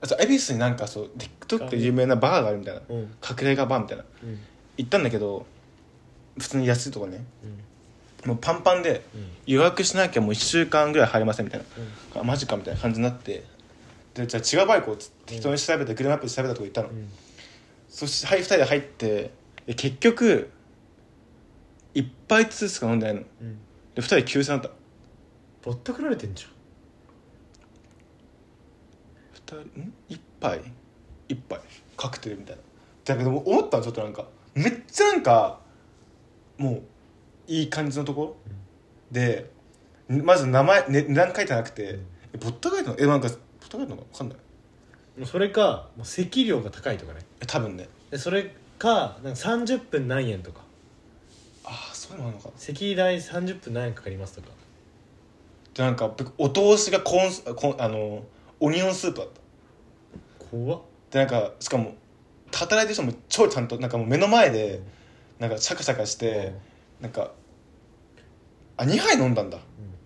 Speaker 2: あそう恵比寿になんかそう TikTok で有名なバーがあるみたいな
Speaker 1: うん
Speaker 2: 隠れ家バーみたいな
Speaker 1: うん
Speaker 2: 行ったんだけど普通に安いとこね
Speaker 1: うん
Speaker 2: もうパンパンで予約しなきゃもう1週間ぐらい入れませんみたいな
Speaker 1: うん
Speaker 2: あマジかみたいな感じになってでじゃあ違うバイクをつ適当に調べてグループアップで調べたとこ行ったの、
Speaker 1: うん
Speaker 2: そして、はい、2人で入ってで結局一杯ずつしか飲んでないので
Speaker 1: うん
Speaker 2: 2人9000だった
Speaker 1: ぼったくられてんじ
Speaker 2: 二人ん一杯一杯カクテルみたいなだけど思ったのちょっとなんかめっちゃなんかもういい感じのところ、でまず名前、ね、値段書いてなくて、えぼったくられたのえなんかぼったくられたのか分かんない
Speaker 1: ゃんもうそれかもう席料が高いとかね
Speaker 2: え多分ね
Speaker 1: でそれかなんか30分何円とか
Speaker 2: ああそういうのあるのか
Speaker 1: 席代30分何円かかりますとか
Speaker 2: でなんか僕お通しがコーンスコーンあのオニオンスープだった
Speaker 1: 怖っ
Speaker 2: でなんかしかも働いてる人も超ちゃんとなんかもう目の前でなんかシャカシャカして、なんかあ2杯飲んだんだ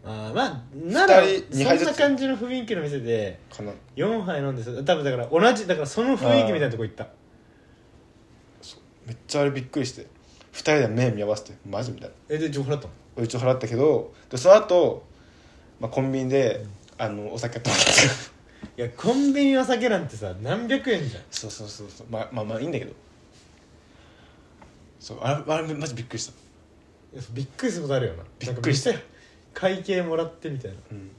Speaker 1: あーまあなら
Speaker 2: 二人
Speaker 1: そ
Speaker 2: 二杯
Speaker 1: ん
Speaker 2: ずつ
Speaker 1: な感じの雰囲気の店で
Speaker 2: かな
Speaker 1: 4杯飲んです多分だから同じだからその雰囲気みたいなとこ行った
Speaker 2: めっちゃあれびっくりして2人で目見合わせてマジみたいな
Speaker 1: えで情報だったの
Speaker 2: 俺一応払ったけどでその後、まあコンビニで、あのお酒買ったんですよ
Speaker 1: いやコンビニの酒なんてさ何百円じゃん
Speaker 2: そうそうそうそうまあまあまあいいんだけどそうあれあれマジびっくりした
Speaker 1: いやびっくりすることあるよな
Speaker 2: びっくりした
Speaker 1: なんか店会計もらってみたいな
Speaker 2: うん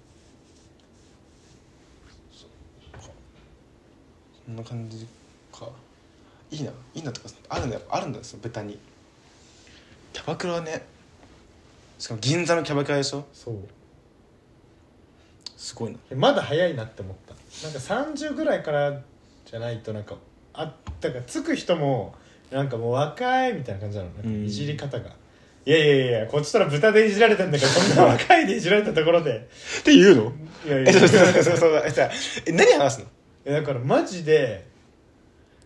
Speaker 2: そんな感じかいいないいなとかあるんだよあるんだよそのベタにキャバクラはねしかも銀座のキャバクラでしょ
Speaker 1: そう
Speaker 2: すごいな
Speaker 1: えまだ早いなって思ったなんか30ぐらいからじゃないとなんかあだからつく人もなんかもう若いみたいな感じなのなんか
Speaker 2: うん
Speaker 1: いじり方が、いやいやいやこっちとら豚でいじられてんだからこんな若いでいじられたところで
Speaker 2: って言うの
Speaker 1: いやい
Speaker 2: え
Speaker 1: や
Speaker 2: そうそうそうそうえじゃあえ何話すの
Speaker 1: えだからマジで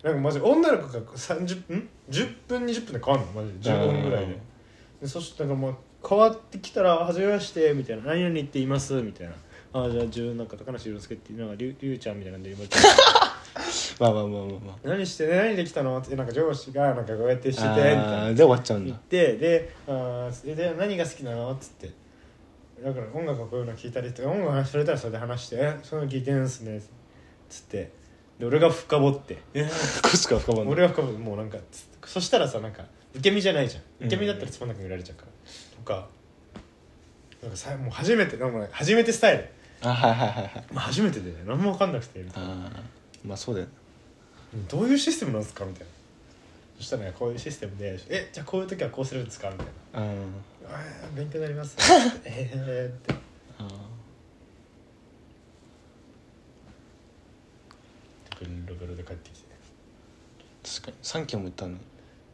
Speaker 1: なんかマジ女の子が30分ん10分20分で変わるのマジで15分ぐらいで
Speaker 2: うん
Speaker 1: でそしてなんかもう変わってきたら「はじめまして」みたいな「何々って言います」みたいな「ああじゃあ自分なんか高梨涼介っていうのがりゅうりゅうちゃん」みたいな感じで言われて
Speaker 2: まあまあまあまあまあ
Speaker 1: 何してね何できたのってなんか上司がなんかこうやってしててみたい
Speaker 2: あ
Speaker 1: な
Speaker 2: ーで終わっちゃうん
Speaker 1: 言
Speaker 2: だ
Speaker 1: ってで「あーえで何が好きなの?」っつってだから音楽をこういうの聞いたりとか音楽の話されたらそれで話して「えそういうの聞いてるんすね」っつってで俺が深掘って
Speaker 2: こっちから深まんない
Speaker 1: 俺は深掘ってもうなんかつってそしたらさなんか受け身じゃないじゃん受け身だったらつまんなく見られちゃうから、とかなんかさもう初めてなんか初めてスタイル、
Speaker 2: あはいはいはいはい
Speaker 1: まあ、初めてで何も分かんなくてみたいな
Speaker 2: あーまあそうだよね
Speaker 1: どういうシステムなんですかみたいなそしたらねこういうシステムで「えじゃあこういう時はこうするんですか?」みたいな
Speaker 2: うん
Speaker 1: 「あー勉強になります」 って「えー」って
Speaker 2: あ
Speaker 1: ブルブルで帰ってきて
Speaker 2: ー確かに3軒も行ったの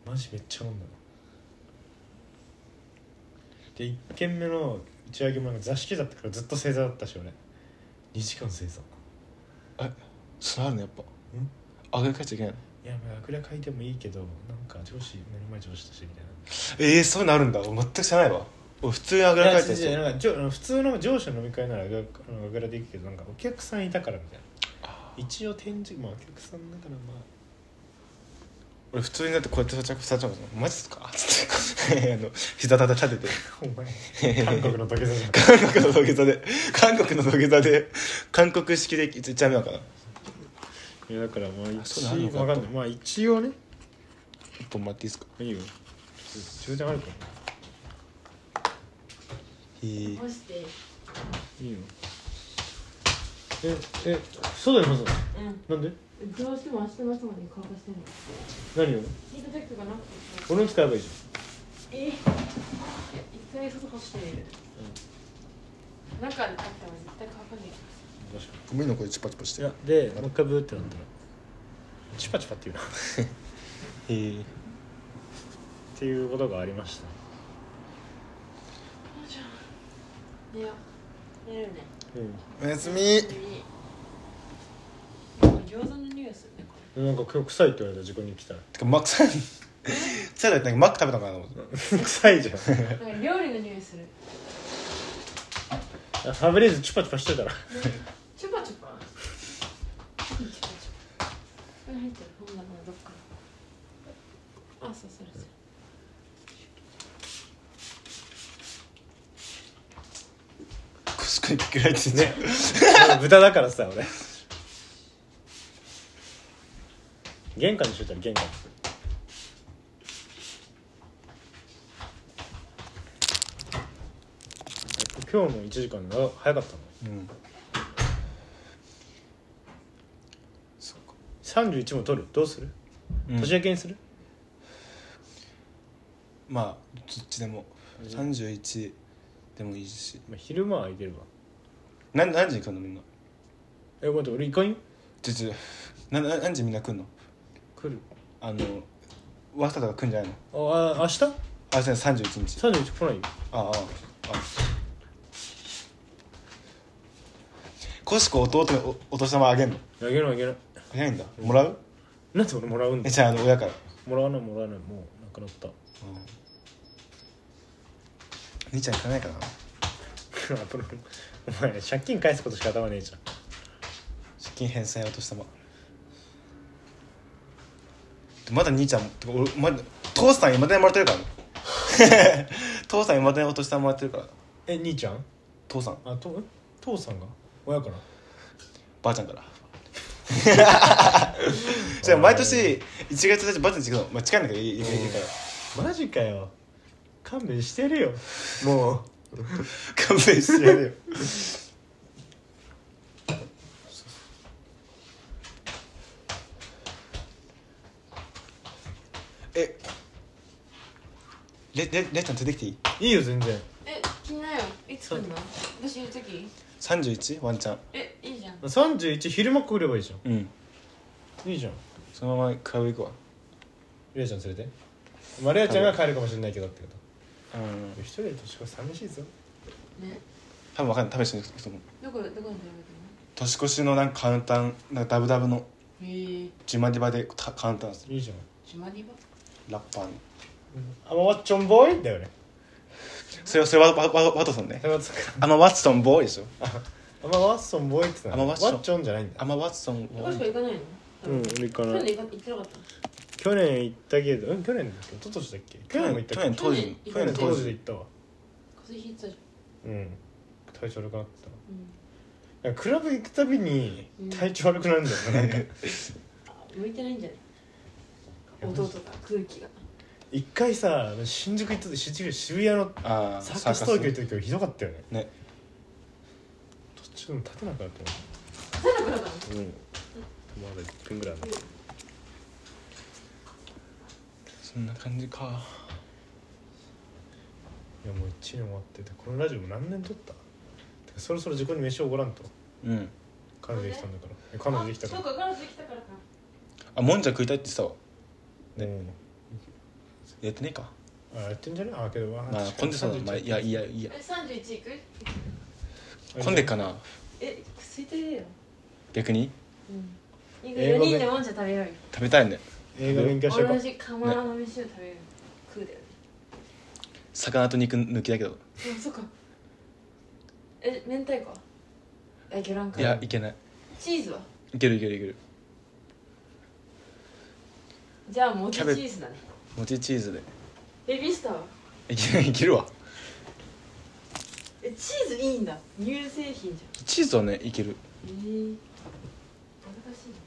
Speaker 1: マジめっちゃ飲んだなで1軒目の打ち上げもなんか座敷だったからずっと正座だったし俺2時間正座
Speaker 2: えそれあるのやっぱあげかえちゃいけないの
Speaker 1: いやまああくら書いてもいいけどなんか上司目の前上司としてみたいな
Speaker 2: ええそういうのあるんだ俺全く知らないわ俺普通にあぐら
Speaker 1: い
Speaker 2: か
Speaker 1: や
Speaker 2: いた
Speaker 1: 違う違う
Speaker 2: 人
Speaker 1: なんかじょ普通の上司の飲み会ならあぐらあのあぐらでいくけどなんかお客さんいたからみたいな一応展示まあお客さんだからまあ
Speaker 2: 俺普通にだってこうやって座っちゃう座っちゃうマジっすかつって あの膝立て立てて
Speaker 1: お前韓国の土下座じゃん
Speaker 2: 韓国の土下座で韓国の土下座で韓国式でいっちゃうのかない
Speaker 1: やだからまあ
Speaker 2: そ
Speaker 1: 一応
Speaker 2: うなのか
Speaker 1: わかんないまあ一応ね
Speaker 2: 一本待っていいですか
Speaker 1: いいよ充電あるから
Speaker 2: へえ
Speaker 4: 干して
Speaker 1: いいよええ外に干す
Speaker 4: う
Speaker 1: のな
Speaker 4: ん
Speaker 1: んで
Speaker 4: どうしても明日の朝までに乾かしてんの
Speaker 1: 何を
Speaker 4: ヒートテックがなくてさ
Speaker 1: 俺の使えばいいじ
Speaker 4: えいや一回外干してみる、中にあっても絶対乾かない
Speaker 1: ゃん確か
Speaker 2: ゴミの声チパチパし
Speaker 1: い
Speaker 2: て
Speaker 1: やでもう一回ブーってなったらチュパチュパっていうなっ
Speaker 2: え ー
Speaker 1: ていうことがありました
Speaker 4: あじゃあ寝よう寝るね
Speaker 1: う
Speaker 2: おやすみ
Speaker 4: 君餃子の匂いするねこ
Speaker 1: んなんか今日臭いって言われた自己に来たら
Speaker 2: てかマックさん さらになんかマック食べたのかなと思って
Speaker 1: 臭 いじゃん
Speaker 4: れなんか料理の匂いする
Speaker 1: あファブリーズチュパチュパしてたら
Speaker 4: チュパチュパチュパチュパこれ入ってる本棚のどっかあそうそれそれ
Speaker 2: 確かにかけられてね
Speaker 1: 豚だからさ俺玄関にしといたら玄関今日も1時間が早かったの
Speaker 2: うんそっか
Speaker 1: 31も取るどうする、
Speaker 2: うん
Speaker 1: 年明けにする
Speaker 2: まあどっちでも31でもいいし
Speaker 1: まあ昼間は空いてれば
Speaker 2: 何何時に来るのみんな
Speaker 1: え待って俺行かんよ
Speaker 2: ちょちょなな何時みんな来るの
Speaker 1: 来る
Speaker 2: あの早稲田が来るんじゃないの
Speaker 1: ああ明日
Speaker 2: あじゃあ31日
Speaker 1: ?31 来ないよ
Speaker 2: あああコシコ弟におお年玉あげんの
Speaker 1: あげないあげない
Speaker 2: 早いんだもらう
Speaker 1: なんで俺もらうん
Speaker 2: え
Speaker 1: だ
Speaker 2: じゃああの親から、
Speaker 1: もらわないもらわないもうなくなった
Speaker 2: 兄ちゃん行かないかな
Speaker 1: アプロお前借金返すことしか頭ねえじゃん
Speaker 2: 借金返済お年玉まだ兄ちゃんてか俺まだ父さん今までもらってるからね 父さん今までお年玉もらってるから
Speaker 1: え兄ちゃん
Speaker 2: 父さん
Speaker 1: あと父さんが親から
Speaker 2: ばあちゃんから じゃあ毎年1月1日ばあちゃんち行くの、まあ、近いんだけどいいいいから
Speaker 1: マジかよ勘弁してるよもう
Speaker 2: 勘弁してやれよえれれれっちゃん出てきていい
Speaker 1: いいよ全然
Speaker 4: え気になよいつ来るの私いる時
Speaker 2: 31? ワンチャン
Speaker 4: えいいじゃん
Speaker 1: 31昼間来ればいいじゃ
Speaker 2: うん
Speaker 1: んいいじゃん
Speaker 2: そのままクラブ行くわ
Speaker 1: レイちゃん連れてまあレイちゃんが帰るかもしれないけどってこと
Speaker 2: うん
Speaker 1: 一人で年越し寂しいぞ
Speaker 4: ね
Speaker 2: 多分分かんない多分一緒に行くと思う
Speaker 4: どこどこに食べるの
Speaker 2: 年越しのなんかカウンターなんかダブダブの
Speaker 4: へえ
Speaker 2: ジュマディバでたカウンターする
Speaker 1: いいじゃん
Speaker 4: ジマリバ
Speaker 2: ラッパーの
Speaker 1: あまわっちょんボーイだよね
Speaker 2: それそれワワワワトソンね
Speaker 1: あまわっちょん
Speaker 2: アマ・ワトソンボーイでしょ
Speaker 1: あまわっそんボーイって言ってた
Speaker 2: あまわ
Speaker 1: わ
Speaker 2: っちょん
Speaker 1: っちょんじゃないんだ
Speaker 2: アマ・ワトソンボ
Speaker 4: こ
Speaker 2: ー
Speaker 4: しか
Speaker 2: イ
Speaker 4: 行かないの
Speaker 1: うん俺行か
Speaker 4: 去
Speaker 1: な
Speaker 4: 年
Speaker 1: い
Speaker 4: 行か行ってなかった
Speaker 1: 去年行ったけどうん去年だっけ一昨年だっけ去年も行ったっ
Speaker 2: 去
Speaker 1: け
Speaker 2: 年当時
Speaker 4: 去
Speaker 2: 去年
Speaker 4: 年
Speaker 2: 当
Speaker 1: 当時で
Speaker 2: 時
Speaker 1: 行ったわ
Speaker 4: 風邪ひいてたじ
Speaker 1: うん体調悪くなってた
Speaker 4: ゃん、うん
Speaker 1: いやクラブ行くたびに
Speaker 4: うん
Speaker 1: 体調悪くなるんだよななんか
Speaker 4: 向いてないんじゃない音とか空気が
Speaker 1: 一回さ新宿行った時新宿渋谷の
Speaker 2: ああ
Speaker 1: サーカス東京行った時ひどかったよね
Speaker 2: ね
Speaker 1: 途中の立てなくなった
Speaker 4: 出なくなったの
Speaker 1: もんうんまだ1分ぐらいある
Speaker 2: そんな感じか
Speaker 1: いやもう1年終わっててこのラジオも何年撮ったてかそろそろ時間に飯をおごらんと
Speaker 2: うん
Speaker 1: 彼女できたんだからえ彼女できたか
Speaker 4: あ
Speaker 1: ら
Speaker 4: そうか彼女できたからか
Speaker 2: あもんじゃ食いたいって言ってたわ
Speaker 1: ね
Speaker 2: やってねえか
Speaker 1: あやってんじゃねあけど
Speaker 2: まあ混んでそうだなまあいやいやいや
Speaker 4: え三十一いく
Speaker 2: 混んでっかな
Speaker 4: え空いてるよ
Speaker 2: 逆に
Speaker 4: うんいい
Speaker 1: 英
Speaker 4: 4
Speaker 1: 語で
Speaker 4: 人でもんじゃ食べようよ
Speaker 2: 食べたいね
Speaker 1: 映画勉強してこ
Speaker 4: 同
Speaker 1: う
Speaker 4: じ釜の飯を食べようよ食うだよね
Speaker 2: 魚と肉抜きだけど
Speaker 4: あそっかえ明太子え魚卵か
Speaker 2: いやいけない
Speaker 4: チーズはい
Speaker 2: けるいけるいける
Speaker 4: じゃあもちチ
Speaker 2: キャベツ
Speaker 4: ーズだね
Speaker 2: 餅チーズで
Speaker 4: ベビースターはい
Speaker 2: けるいけるわ
Speaker 4: えチーズいいんだ乳製品じ
Speaker 2: チーズはねいける
Speaker 4: ゃんええ難しいね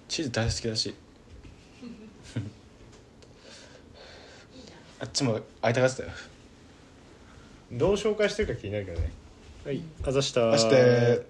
Speaker 2: チーズ大好きだし あっちも会いたがってたよ
Speaker 1: どう紹介してるか気になるけどねはいあざした
Speaker 2: 明日